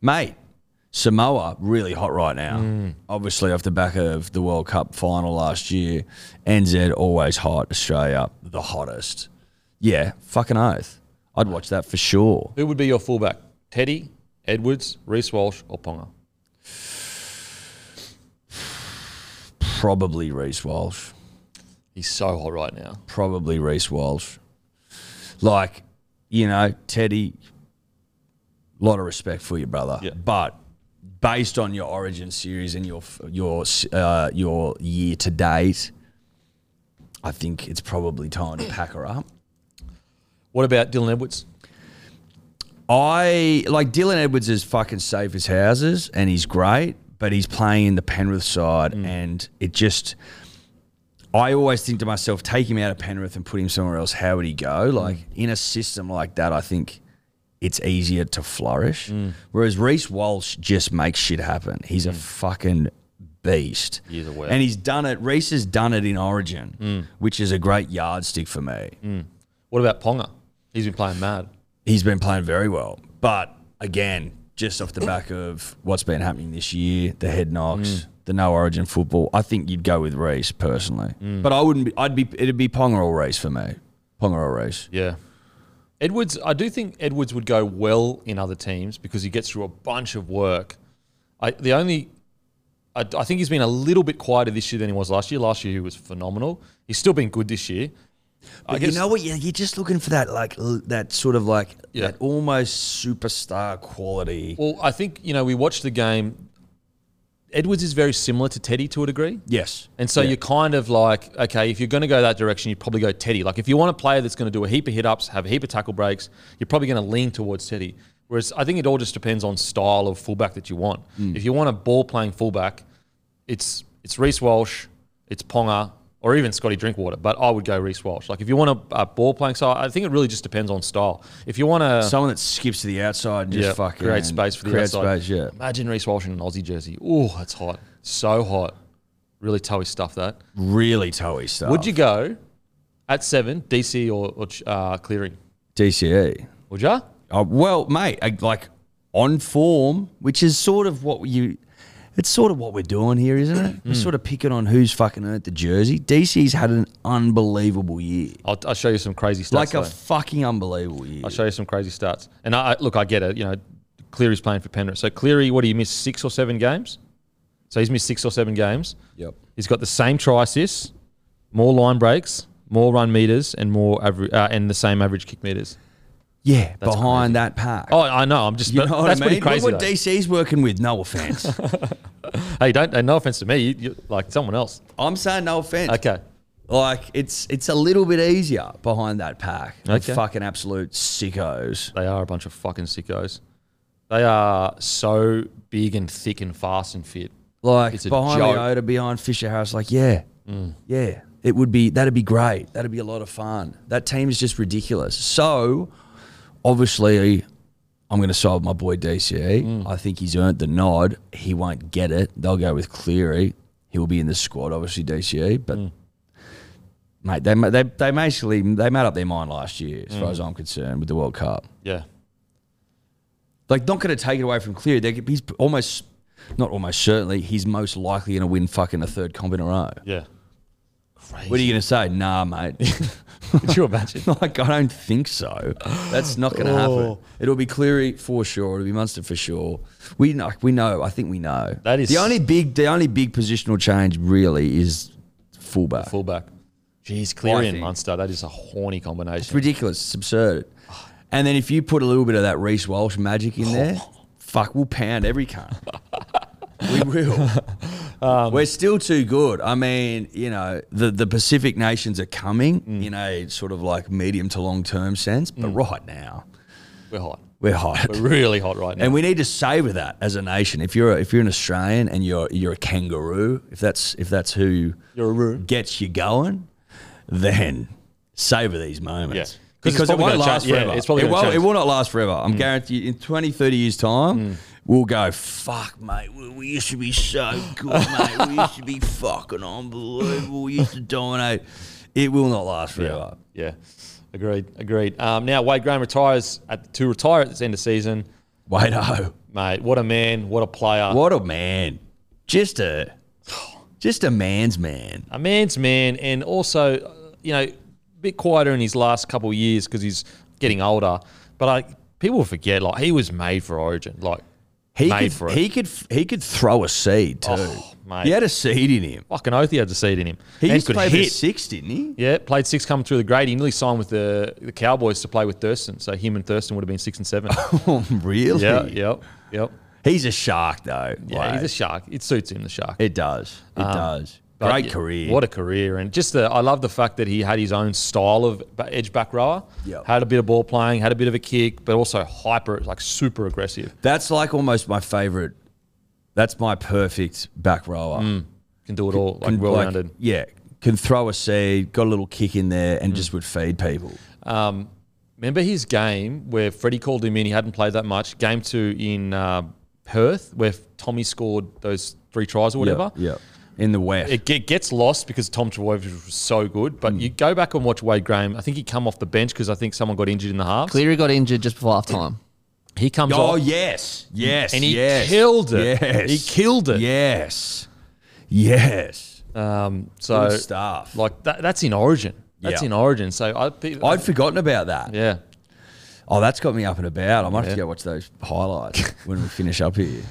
Speaker 3: mate. Samoa really hot right now. Obviously, off the back of the World Cup final last year, NZ always hot. Australia the hottest. Yeah, fucking oath. I'd watch that for sure.
Speaker 2: Who would be your fullback? Teddy, Edwards, Reese Walsh, or Ponga?
Speaker 3: Probably Reese Walsh.
Speaker 2: He's so hot right now.
Speaker 3: probably Reese Walsh. Like, you know, Teddy, a lot of respect for you, brother.
Speaker 2: Yeah.
Speaker 3: But based on your Origin series and your your uh, your year to date, I think it's probably time to pack her up.
Speaker 2: What about Dylan Edwards?
Speaker 3: I like Dylan Edwards is fucking safe as houses and he's great, but he's playing in the Penrith side
Speaker 2: Mm.
Speaker 3: and it just I always think to myself, take him out of Penrith and put him somewhere else, how would he go?
Speaker 2: Mm.
Speaker 3: Like in a system like that, I think it's easier to flourish.
Speaker 2: Mm.
Speaker 3: Whereas Reese Walsh just makes shit happen. He's a fucking beast.
Speaker 2: He's a Mm. wet.
Speaker 3: and he's done it. Reese has done it in Origin, which is a great yardstick for me
Speaker 2: What about Ponga? He's been playing mad.
Speaker 3: he's been playing very well. But again, just off the back of what's been happening this year, the head knocks,
Speaker 2: Mm.
Speaker 3: the no origin football, I think you'd go with Reese personally.
Speaker 2: Mm.
Speaker 3: But I wouldn't. Be, I'd be. It'd be Ponga or Reese for me. Ponga or Reese.
Speaker 2: Yeah. Edwards, I do think Edwards would go well in other teams because he gets through a bunch of work. I, the only, I, I think he's been a little bit quieter this year than he was last year. Last year he was phenomenal. He's still been good this year. I
Speaker 3: But you know what? You're, you're just looking for that like l- that sort of like
Speaker 2: Yeah.
Speaker 3: that almost superstar quality.
Speaker 2: Well, I think you know we watched the game. Edwards is very similar to Teddy to a degree,
Speaker 3: Yes.
Speaker 2: and so you're kind of like, okay, if you're going to go that direction, you probably go Teddy. Like if you want a player that's going to do a heap of hit ups, have a heap of tackle breaks, you're probably going to lean towards Teddy. Whereas I think it all just depends on style of fullback that you want. If you want a ball playing fullback, it's it's Reese Walsh, it's Ponga, or even Scotty Drinkwater. But I would go Reese Walsh. Like if you want a, a ball playing style, I think it really just depends on style. If you want to
Speaker 3: Someone that skips to the outside and just fucking
Speaker 2: create space for the
Speaker 3: create
Speaker 2: outside.
Speaker 3: space, yeah.
Speaker 2: Imagine Reese Walsh in an Aussie jersey. Oh, that's hot. So hot. Really toey stuff that.
Speaker 3: Really toey stuff.
Speaker 2: Would you go at seven, DC or, or uh, clearing?
Speaker 3: DCE?
Speaker 2: Would ya?
Speaker 3: Uh, well, mate, I, like on form, which is sort of what you. It's sort of what we're doing here, isn't it? We're
Speaker 2: Mm.
Speaker 3: sort of picking on who's fucking earned the jersey. DC's had an unbelievable year,
Speaker 2: I'll, I'll show you some crazy stats.
Speaker 3: like a
Speaker 2: though.
Speaker 3: fucking unbelievable year.
Speaker 2: I'll show you some crazy stats. And I, I look, I get it. You know, Cleary's playing for Penrith. So Cleary, what do you miss? Six or seven games? So he's missed six or seven games.
Speaker 3: Yep.
Speaker 2: He's got the same try assists, more line breaks, more run meters, and more average, uh, and the same average kick meters.
Speaker 3: Yeah, behind that pack.
Speaker 2: Oh, I know. I'm just.
Speaker 3: you know what
Speaker 2: that's
Speaker 3: I mean?
Speaker 2: pretty crazy.
Speaker 3: Look what
Speaker 2: though.
Speaker 3: DC's working with. No offense,
Speaker 2: Hey, don't. hey, No offense to me. You, you like someone else.
Speaker 3: I'm saying no offense.
Speaker 2: Okay.
Speaker 3: Like it's it's a little bit easier behind that pack. They're
Speaker 2: Okay.
Speaker 3: Fucking absolute sickos.
Speaker 2: They are a bunch of fucking sickos. They are so big and thick and fast and fit.
Speaker 3: Like
Speaker 2: It's a
Speaker 3: behind
Speaker 2: joke. Mm.
Speaker 3: Leota, behind Fisher Harris, like yeah, yeah, it would be that'd be great. That'd be a lot of fun. That team is just ridiculous. So obviously, I'm going to side with my boy DC.
Speaker 2: Mm.
Speaker 3: I think he's earned the nod. He won't get it. They'll go with Cleary. He will be in the squad, obviously DCE,
Speaker 2: Mm.
Speaker 3: but mate, they ma- they they basically they made up their mind last year,
Speaker 2: Mm.
Speaker 3: as far as I'm concerned, with the World Cup.
Speaker 2: Yeah.
Speaker 3: Like, not going to take it away from Cleary. They, he's almost, not almost certainly, he's most likely going to win fucking a third comp in a row.
Speaker 2: Yeah.
Speaker 3: What are you going to say? Nah, mate.
Speaker 2: Could you imagine?
Speaker 3: like, I don't think so. That's not going to happen.
Speaker 2: Oh.
Speaker 3: It'll be Cleary for sure. It'll be Munster for sure. We know. We know. I think we know.
Speaker 2: That is-
Speaker 3: the only big. The only big positional change really is fullback.
Speaker 2: Fullback. Jeez, Cleary
Speaker 3: I
Speaker 2: and
Speaker 3: think-
Speaker 2: Munster. That is a horny
Speaker 3: It's
Speaker 2: combination.
Speaker 3: ridiculous. It's absurd. And then if you put a little bit of that Reese Walsh magic in there, fuck, we'll pound every cunt. we will. We're still too good. I mean, you know, the, the Pacific nations are coming in a sort of like medium to long term sense, but right now
Speaker 2: We're hot.
Speaker 3: we're hot.
Speaker 2: We're really hot right now.
Speaker 3: And we need to savor that as a nation. If you're a, if you're an Australian and you're you're a kangaroo, if that's if that's who
Speaker 2: You're a roo.
Speaker 3: gets you going, then savor these moments.
Speaker 2: Yeah. 'Cause it's
Speaker 3: Because it
Speaker 2: probably
Speaker 3: won't
Speaker 2: gonna
Speaker 3: last
Speaker 2: change- yeah,
Speaker 3: forever.
Speaker 2: it's probably
Speaker 3: it,
Speaker 2: gonna Mm.
Speaker 3: won't, it
Speaker 2: change.
Speaker 3: will not last forever. I'm guaranteed in 20, 30 years' time,
Speaker 2: Mm.
Speaker 3: we'll go, fuck, mate, we, we used to be so good, mate. We used to be fucking unbelievable. We used to dominate. It will not last forever.
Speaker 2: Yeah. Agreed. Agreed. Um, now, Wade Graham retires at, to retire at this end of season.
Speaker 3: Wait, oh.
Speaker 2: Mate, what a man. What a player.
Speaker 3: What a man. Just a just a man's man.
Speaker 2: a man's man, and also, uh, you know, a bit quieter in his last couple of years because he's getting older. But I, people forget, like he was made for Origin, like
Speaker 3: He
Speaker 2: made
Speaker 3: could,
Speaker 2: for it.
Speaker 3: he could he could throw a seed too.
Speaker 2: Oh, mate.
Speaker 3: He had a seed in him.
Speaker 2: Fucking oath, he had the seed in him.
Speaker 3: He
Speaker 2: and
Speaker 3: used to
Speaker 2: could
Speaker 3: play for
Speaker 2: hit.
Speaker 3: six, didn't he?
Speaker 2: Yeah, played six coming through the grade. He nearly signed with the, the Cowboys to play with Thurston, so him and Thurston would have been six and seven.
Speaker 3: Oh, really?
Speaker 2: Oh, yeah, yep, yep.
Speaker 3: He's a shark though.
Speaker 2: Yeah,
Speaker 3: Like,
Speaker 2: he's a shark. It suits him, the shark.
Speaker 3: it does. It does.
Speaker 2: But
Speaker 3: Great
Speaker 2: yeah,
Speaker 3: career.
Speaker 2: What a career. And just the, I love the fact that he had his own style of ba- edge back rower.
Speaker 3: Yep.
Speaker 2: Had a bit of ball playing, had a bit of a kick, but also hyper, like super aggressive.
Speaker 3: that's like almost my favorite. That's my perfect back rower.
Speaker 2: Can do it all, Mm, like
Speaker 3: Can,
Speaker 2: well rounded.
Speaker 3: yeah. Can throw a seed, got a little kick in there,
Speaker 2: Mm.
Speaker 3: and just would feed people.
Speaker 2: Remember his game where Freddie called him in, he hadn't played that much. Game two in uh, Perth, where Tommy scored those three tries or whatever.
Speaker 3: Yeah. yeah. In the wet.
Speaker 2: It ge- gets lost because Tom Trbojevic was so good,
Speaker 3: Mm.
Speaker 2: but you go back and watch Wade Graham. I think he come off the bench because I think someone got injured in the halves.
Speaker 1: Cleary got injured just before half time.
Speaker 2: He comes
Speaker 3: Oh
Speaker 2: off
Speaker 3: yes, yes,
Speaker 2: and he
Speaker 3: yes.
Speaker 2: killed it.
Speaker 3: Yes,
Speaker 2: He killed it.
Speaker 3: Yes, yes.
Speaker 2: Um, so
Speaker 3: Good stuff.
Speaker 2: Like that, that's in Origin. That's
Speaker 3: Yeah.
Speaker 2: in Origin. So I, pe-
Speaker 3: I'd forgotten about that.
Speaker 2: yeah.
Speaker 3: Oh, that's got me up and about. I might have
Speaker 2: Yeah.
Speaker 3: to go watch those highlights when we finish up here.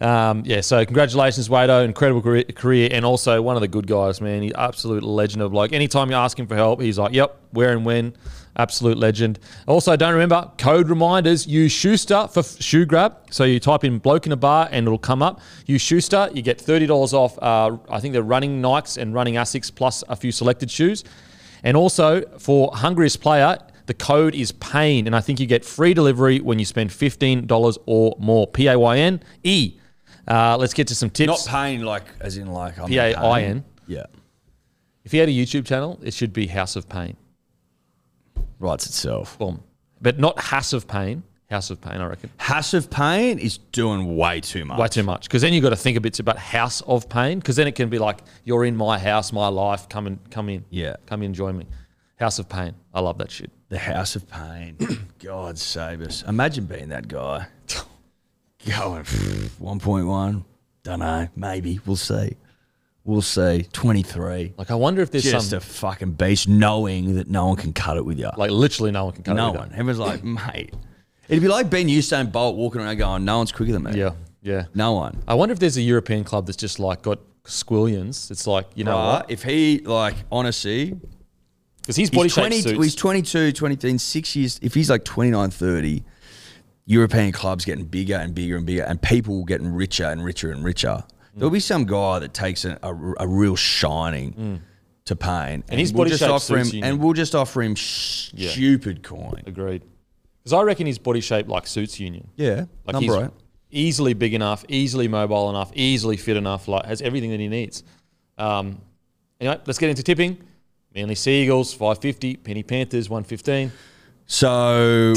Speaker 2: Um, yeah, so congratulations, Wado. Incredible career, career, and also one of the good guys, man. He absolute legend of like anytime you ask him for help, he's like, yep, where and when. Absolute legend. Also, don't remember code reminders. Use Schuster for f- shoe grab. So you type in bloke in a bar and it'll come up. Use Schuster, you get thirty dollars off. Uh, I think they're running Nikes and running Asics plus a few selected shoes. And also for hungriest player, the code is pain, and I think you get free delivery when you spend fifteen dollars or more. P A Y N E. Uh, let's get to some
Speaker 3: Not
Speaker 2: tips.
Speaker 3: pain, like as in like I'm in
Speaker 2: Yeah,
Speaker 3: pain.
Speaker 2: iron.
Speaker 3: Yeah,
Speaker 2: if you had a YouTube channel, it should be House of Pain.
Speaker 3: writes itself.
Speaker 2: Boom. But not House of Pain. House of Pain, I reckon.
Speaker 3: Hass of pain is doing way too much.
Speaker 2: Way too much. Because then you've got to think a bit about House of Pain. Because then it can be like, you're in my house, my life. Come and come in.
Speaker 3: Yeah.
Speaker 2: Come and join me. House of Pain. I love that shit.
Speaker 3: The House of Pain. God save us. Imagine being that guy. Going one point one. Don't know. Maybe we'll see. We'll see. Twenty three.
Speaker 2: Like I wonder if there's
Speaker 3: Just
Speaker 2: some
Speaker 3: a fucking beast, knowing that no one can cut it with you.
Speaker 2: like literally no one can cut
Speaker 3: no
Speaker 2: it with
Speaker 3: one. Everyone's like, mate. It'd be like Ben Usain Bolt walking around going, no one's quicker than me.
Speaker 2: that. Yeah. Yeah.
Speaker 3: No one.
Speaker 2: I wonder if there's a European club that's just like got squillions. It's like, you know
Speaker 3: Right?
Speaker 2: what?
Speaker 3: If he, like, honestly,
Speaker 2: Because his body
Speaker 3: he's,
Speaker 2: shape
Speaker 3: 20,
Speaker 2: suits.
Speaker 3: he's 22, 23, in six years. If he's like 29, 30, European clubs getting bigger and bigger and bigger, and people getting richer and richer and
Speaker 2: Mm.
Speaker 3: richer. There'll be some guy that takes a, a, a real shining to pain, and,
Speaker 2: Mm. his body
Speaker 3: just
Speaker 2: shape
Speaker 3: offer
Speaker 2: suits
Speaker 3: him,
Speaker 2: you.
Speaker 3: and we'll just offer him stupid coin.
Speaker 2: Agreed. Because I reckon his body shape like suits Union.
Speaker 3: Yeah,
Speaker 2: Like
Speaker 3: number
Speaker 2: he's
Speaker 3: eight.
Speaker 2: easily big enough, easily mobile enough, easily fit enough. Like has everything that he needs. Um, anyway, let's get into tipping. Manly Seagulls five fifty, Penny Panthers one fifteen.
Speaker 3: So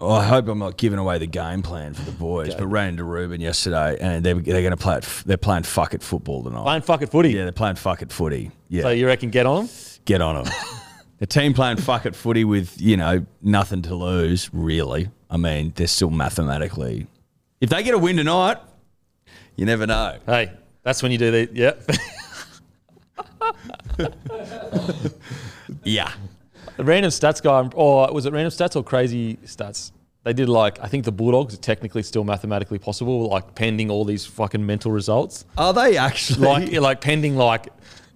Speaker 3: Oh, I hope I'm not giving away the game plan for the boys. But ran into Ruben yesterday, and they, they're going to play. At, f- they're playing fuck it football tonight.
Speaker 2: Playing fuck it footy.
Speaker 3: yeah, they're playing fuck it footy. Yeah,
Speaker 2: So you reckon get on them?
Speaker 3: get on them. the team playing fuck it footy with you know nothing to lose. Really, I mean, they're still mathematically. If they get a win tonight, you never know.
Speaker 2: Hey, that's when you do the yeah.
Speaker 3: Yeah,
Speaker 2: The random stats guy, or was it random stats or crazy stats? They did like I think the Bulldogs are technically still mathematically possible, like pending all these fucking mental results,
Speaker 3: are they actually?
Speaker 2: like like pending like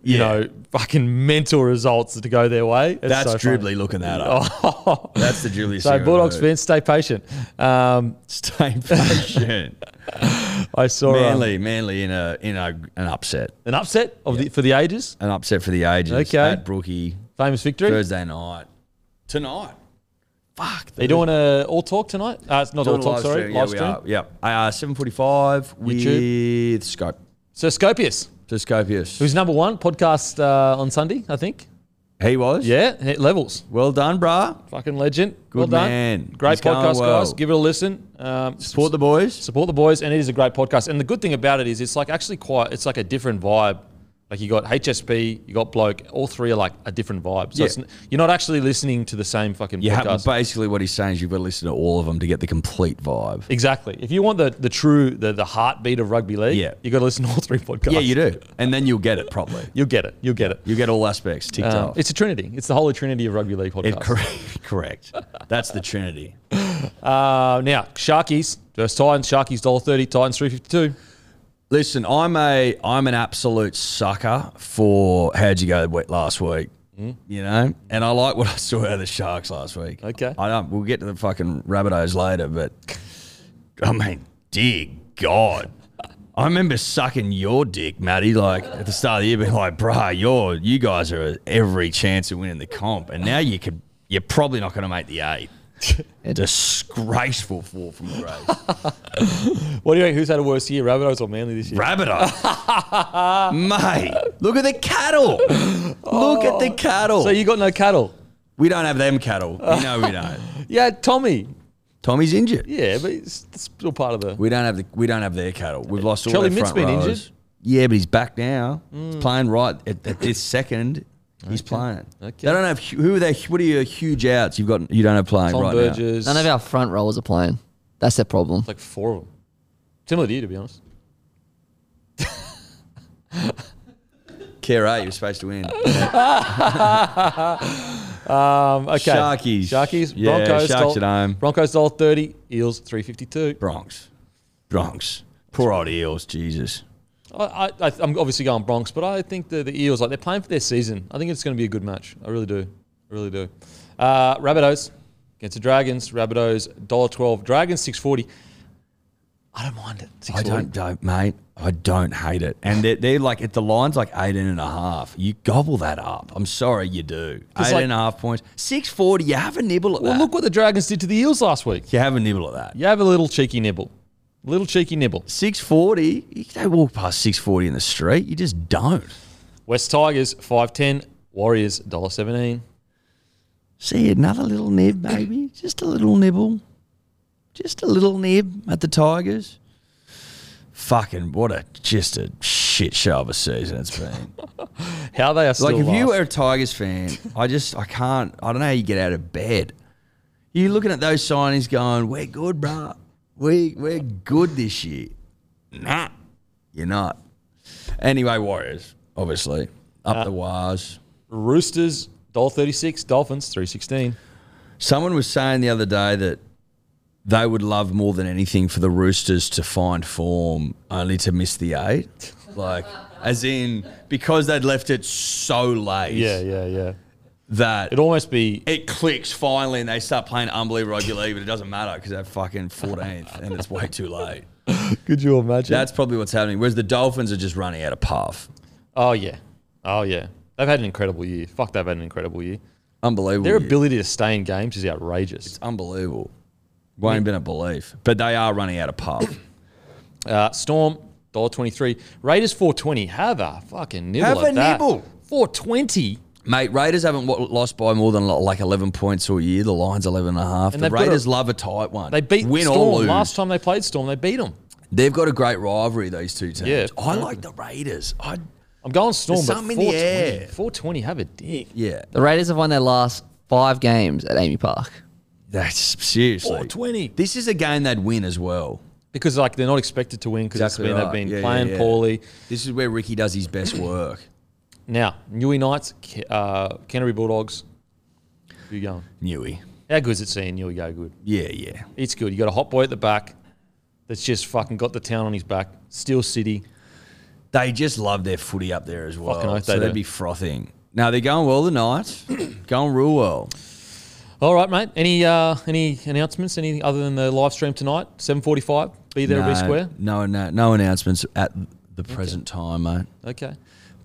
Speaker 2: you
Speaker 3: Yeah.
Speaker 2: know fucking mental results to go their way. It's
Speaker 3: that's
Speaker 2: so funny. Oh.
Speaker 3: dribbly looking that up. That's the dribbly.
Speaker 2: So Bulldogs fans, stay patient. Um,
Speaker 3: stay patient.
Speaker 2: I saw um,
Speaker 3: Manly, Manly in a in a an upset,
Speaker 2: an upset of the, for the ages,
Speaker 3: an upset for the ages.
Speaker 2: Okay.
Speaker 3: at Brookie
Speaker 2: famous victory.
Speaker 3: Thursday night, tonight. Fuck,
Speaker 2: Are you doing a all talk tonight? Uh, it's not all talk, sorry,
Speaker 3: Yeah,
Speaker 2: live
Speaker 3: we
Speaker 2: stream.
Speaker 3: are. Yep, uh, seven forty-five with Scope.
Speaker 2: So Scopius,
Speaker 3: So Scopius,
Speaker 2: who's number one podcast uh, on Sunday, I think.
Speaker 3: he was.
Speaker 2: Yeah, hit levels.
Speaker 3: well done, brah.
Speaker 2: Fucking legend.
Speaker 3: Good
Speaker 2: well done.
Speaker 3: man.
Speaker 2: Great
Speaker 3: He's going
Speaker 2: podcast,
Speaker 3: well.
Speaker 2: guys. Give it a listen. Um,
Speaker 3: Support the boys.
Speaker 2: support the boys, and it is a great podcast. And the good thing about it is, it's like actually quite. It's like a different vibe. Like you got HSP, you got bloke. All three are like a different vibe. So
Speaker 3: Yeah.
Speaker 2: it's n you're not actually listening to the same fucking
Speaker 3: You have,
Speaker 2: podcast.
Speaker 3: basically, what he's saying is you've got to listen to all of them to get the complete vibe.
Speaker 2: exactly. If you want the the true the the heartbeat of rugby league,
Speaker 3: Yeah.
Speaker 2: you got to listen to all three podcasts.
Speaker 3: Yeah, you do, and then you'll get it properly.
Speaker 2: You'll get it. You'll get it.
Speaker 3: You get all aspects ticked
Speaker 2: Um,
Speaker 3: off.
Speaker 2: it's a trinity. It's the holy trinity of rugby league
Speaker 3: It-
Speaker 2: podcasts.
Speaker 3: correct, correct. That's the Trinity.
Speaker 2: Uh, now Sharkies versus Titans. Sharkies dollar thirty. Titans three fifty two.
Speaker 3: Listen, I'm a I'm an absolute sucker for how'd you go wet last week. You know, and I like what I saw out of the Sharks last week.
Speaker 2: Okay.
Speaker 3: I don't. We'll get to the fucking Rabbitohs later, but I mean, dear God, I remember sucking your dick, Matty. Like at the start of the year, being like, "Bruh, you're you guys are every chance of winning the comp," and now you could you're probably not going to make the eight. Disgraceful fall from grace.
Speaker 2: What do you reckon? Who's had a worse year, Rabbitohs or Manly this year?
Speaker 3: Rabbitoh. Mate, look at the cattle. Look at the cattle.
Speaker 2: Oh. So you got no cattle.
Speaker 3: we don't have them cattle. You know we don't.
Speaker 2: Yeah, Tommy.
Speaker 3: Tommy's injured.
Speaker 2: Yeah, but it's, it's still part of the.
Speaker 3: We don't have the we don't have their cattle. We've lost all
Speaker 2: Charlie
Speaker 3: their front
Speaker 2: Mitt's been
Speaker 3: rowers.
Speaker 2: injured. Mm.
Speaker 3: Yeah, but he's back now. He's playing right at, at this second. He's playing.
Speaker 2: Okay.
Speaker 3: They don't have hu- who are they? What are your huge outs? You've got you don't have playing
Speaker 2: Tom
Speaker 3: right now.
Speaker 2: Burgess.
Speaker 1: None of our front rollers are playing. That's their problem.
Speaker 2: like four of them. Similar to you, to be honest.
Speaker 3: Care eight, you're supposed to win.
Speaker 2: Um, okay.
Speaker 3: Sharkies.
Speaker 2: Sharkies.
Speaker 3: Yeah,
Speaker 2: Broncos.
Speaker 3: Sharks
Speaker 2: doll-
Speaker 3: at home.
Speaker 2: Broncos dollar thirty. Eels three fifty two.
Speaker 3: Bronx, Bronx. Poor old eels. Jesus.
Speaker 2: I, I, I, I'm obviously going Bronx, but I think the, the Eels like they're playing for their season. I think it's going to be a good match. I really do. I really do. Uh, Rabbitohs against the Dragons. Rabbitohs dollar twelve. Dragons six forty. I don't mind it.
Speaker 3: I
Speaker 2: 640.
Speaker 3: don't, don't, mate. I don't hate it. And they're, they're like, at the line's like 18 and a half. You gobble that up. I'm sorry, you do. 18
Speaker 2: like-
Speaker 3: and a half points. 640, you have a nibble at
Speaker 2: Well,
Speaker 3: that.
Speaker 2: look what the Dragons did to the Eels last week.
Speaker 3: You have a nibble at that.
Speaker 2: You have a little cheeky nibble. Little cheeky nibble.
Speaker 3: 640, you don't walk past 640 in the street. You just don't.
Speaker 2: West Tigers, 5'10. Warriors, $1.17.
Speaker 3: See, another little nib, maybe. just a little nibble. Just a little nib at the Tigers. Fucking what a just a shit show of a season it's been.
Speaker 2: How they are still
Speaker 3: Like if you
Speaker 2: last.
Speaker 3: were a Tigers fan, I just I can't I don't know how you get out of bed. You're looking at those signings going, We're good, bruh. We we're good this year. Nah. You're not. Anyway, Warriors, obviously. Up
Speaker 2: Ah.
Speaker 3: the wires.
Speaker 2: Roosters, $1.36. Dolphins, three sixteen.
Speaker 3: Someone was saying the other day that they would love more than anything for the Roosters to find form only to miss the eight. Like as in because they'd left it so late
Speaker 2: Yeah, yeah, yeah.
Speaker 3: that
Speaker 2: It'd almost be.
Speaker 3: it clicks finally and they start playing unbelievable rugby league, but it doesn't matter because they're fucking 14th and it's way too late.
Speaker 2: Could you imagine?
Speaker 3: That's probably what's happening. Whereas the Dolphins are just running out of puff.
Speaker 2: oh, yeah. Oh, yeah. They've had an incredible year. Fuck, they've had an incredible year.
Speaker 3: Unbelievable.
Speaker 2: Their
Speaker 3: year.
Speaker 2: ability to stay in games is outrageous.
Speaker 3: It's unbelievable. Won't been a belief, but they are running out of puff.
Speaker 2: Uh, Storm, $1.23. Raiders, 420. Have a fucking nibble.
Speaker 3: Have
Speaker 2: at
Speaker 3: a
Speaker 2: that.
Speaker 3: nibble.
Speaker 2: 420.
Speaker 3: Mate, Raiders haven't wa- lost by more than lo- like 11 points all year. The line's 11 and a half.
Speaker 2: And
Speaker 3: the
Speaker 2: they've got
Speaker 3: Raiders
Speaker 2: a-
Speaker 3: love a tight one.
Speaker 2: They beat
Speaker 3: Win or
Speaker 2: Storm
Speaker 3: lose.
Speaker 2: last time they played Storm. They beat them.
Speaker 3: They've got a great rivalry, these two teams.
Speaker 2: Yeah.
Speaker 3: I like the Raiders. I
Speaker 2: I'm going Storm,
Speaker 3: There's
Speaker 2: but
Speaker 3: something in the air.
Speaker 2: 420, 420 have a dick.
Speaker 3: Yeah.
Speaker 1: The Raiders have won their last five games at Amy Park.
Speaker 3: That's seriously.
Speaker 2: 420.
Speaker 3: This is a game they'd win as well.
Speaker 2: Because like they're not expected to win because
Speaker 3: Exactly right.
Speaker 2: they've been
Speaker 3: Yeah, yeah,
Speaker 2: playing
Speaker 3: yeah.
Speaker 2: poorly.
Speaker 3: This is where Ricky does his best work.
Speaker 2: Now, Newey Knights, Ca- uh, Canterbury Bulldogs. Who You going?
Speaker 3: Newey.
Speaker 2: How good is it seeing Newey go good?
Speaker 3: Yeah, yeah.
Speaker 2: It's good. You got a hot boy at the back that's just fucking got the town on his back. Steel City.
Speaker 3: They just love their footy up there as well.
Speaker 2: Fucking oath
Speaker 3: so
Speaker 2: they
Speaker 3: would
Speaker 2: do.
Speaker 3: be frothing. Now they're going well tonight. going real well.
Speaker 2: All right, mate. Any uh, any announcements? Anything other than the live stream tonight? Seven forty-five. Be there, be square.
Speaker 3: No, no, no announcements at the present time, mate.
Speaker 2: Okay.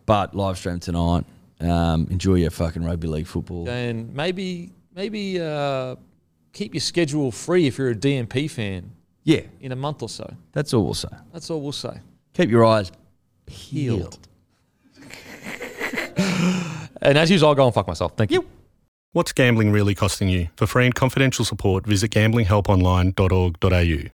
Speaker 3: But live stream tonight. Um, enjoy your fucking rugby league football.
Speaker 2: And maybe maybe uh, keep your schedule free if you're a DMP fan
Speaker 3: Yeah,
Speaker 2: in a month or so.
Speaker 3: that's all we'll say.
Speaker 2: That's all we'll say.
Speaker 3: Keep your eyes peeled.
Speaker 2: And as usual, I'll go and fuck myself. Thank you.
Speaker 4: What's gambling really costing you? For free and confidential support, visit gamblinghelponline.org.au.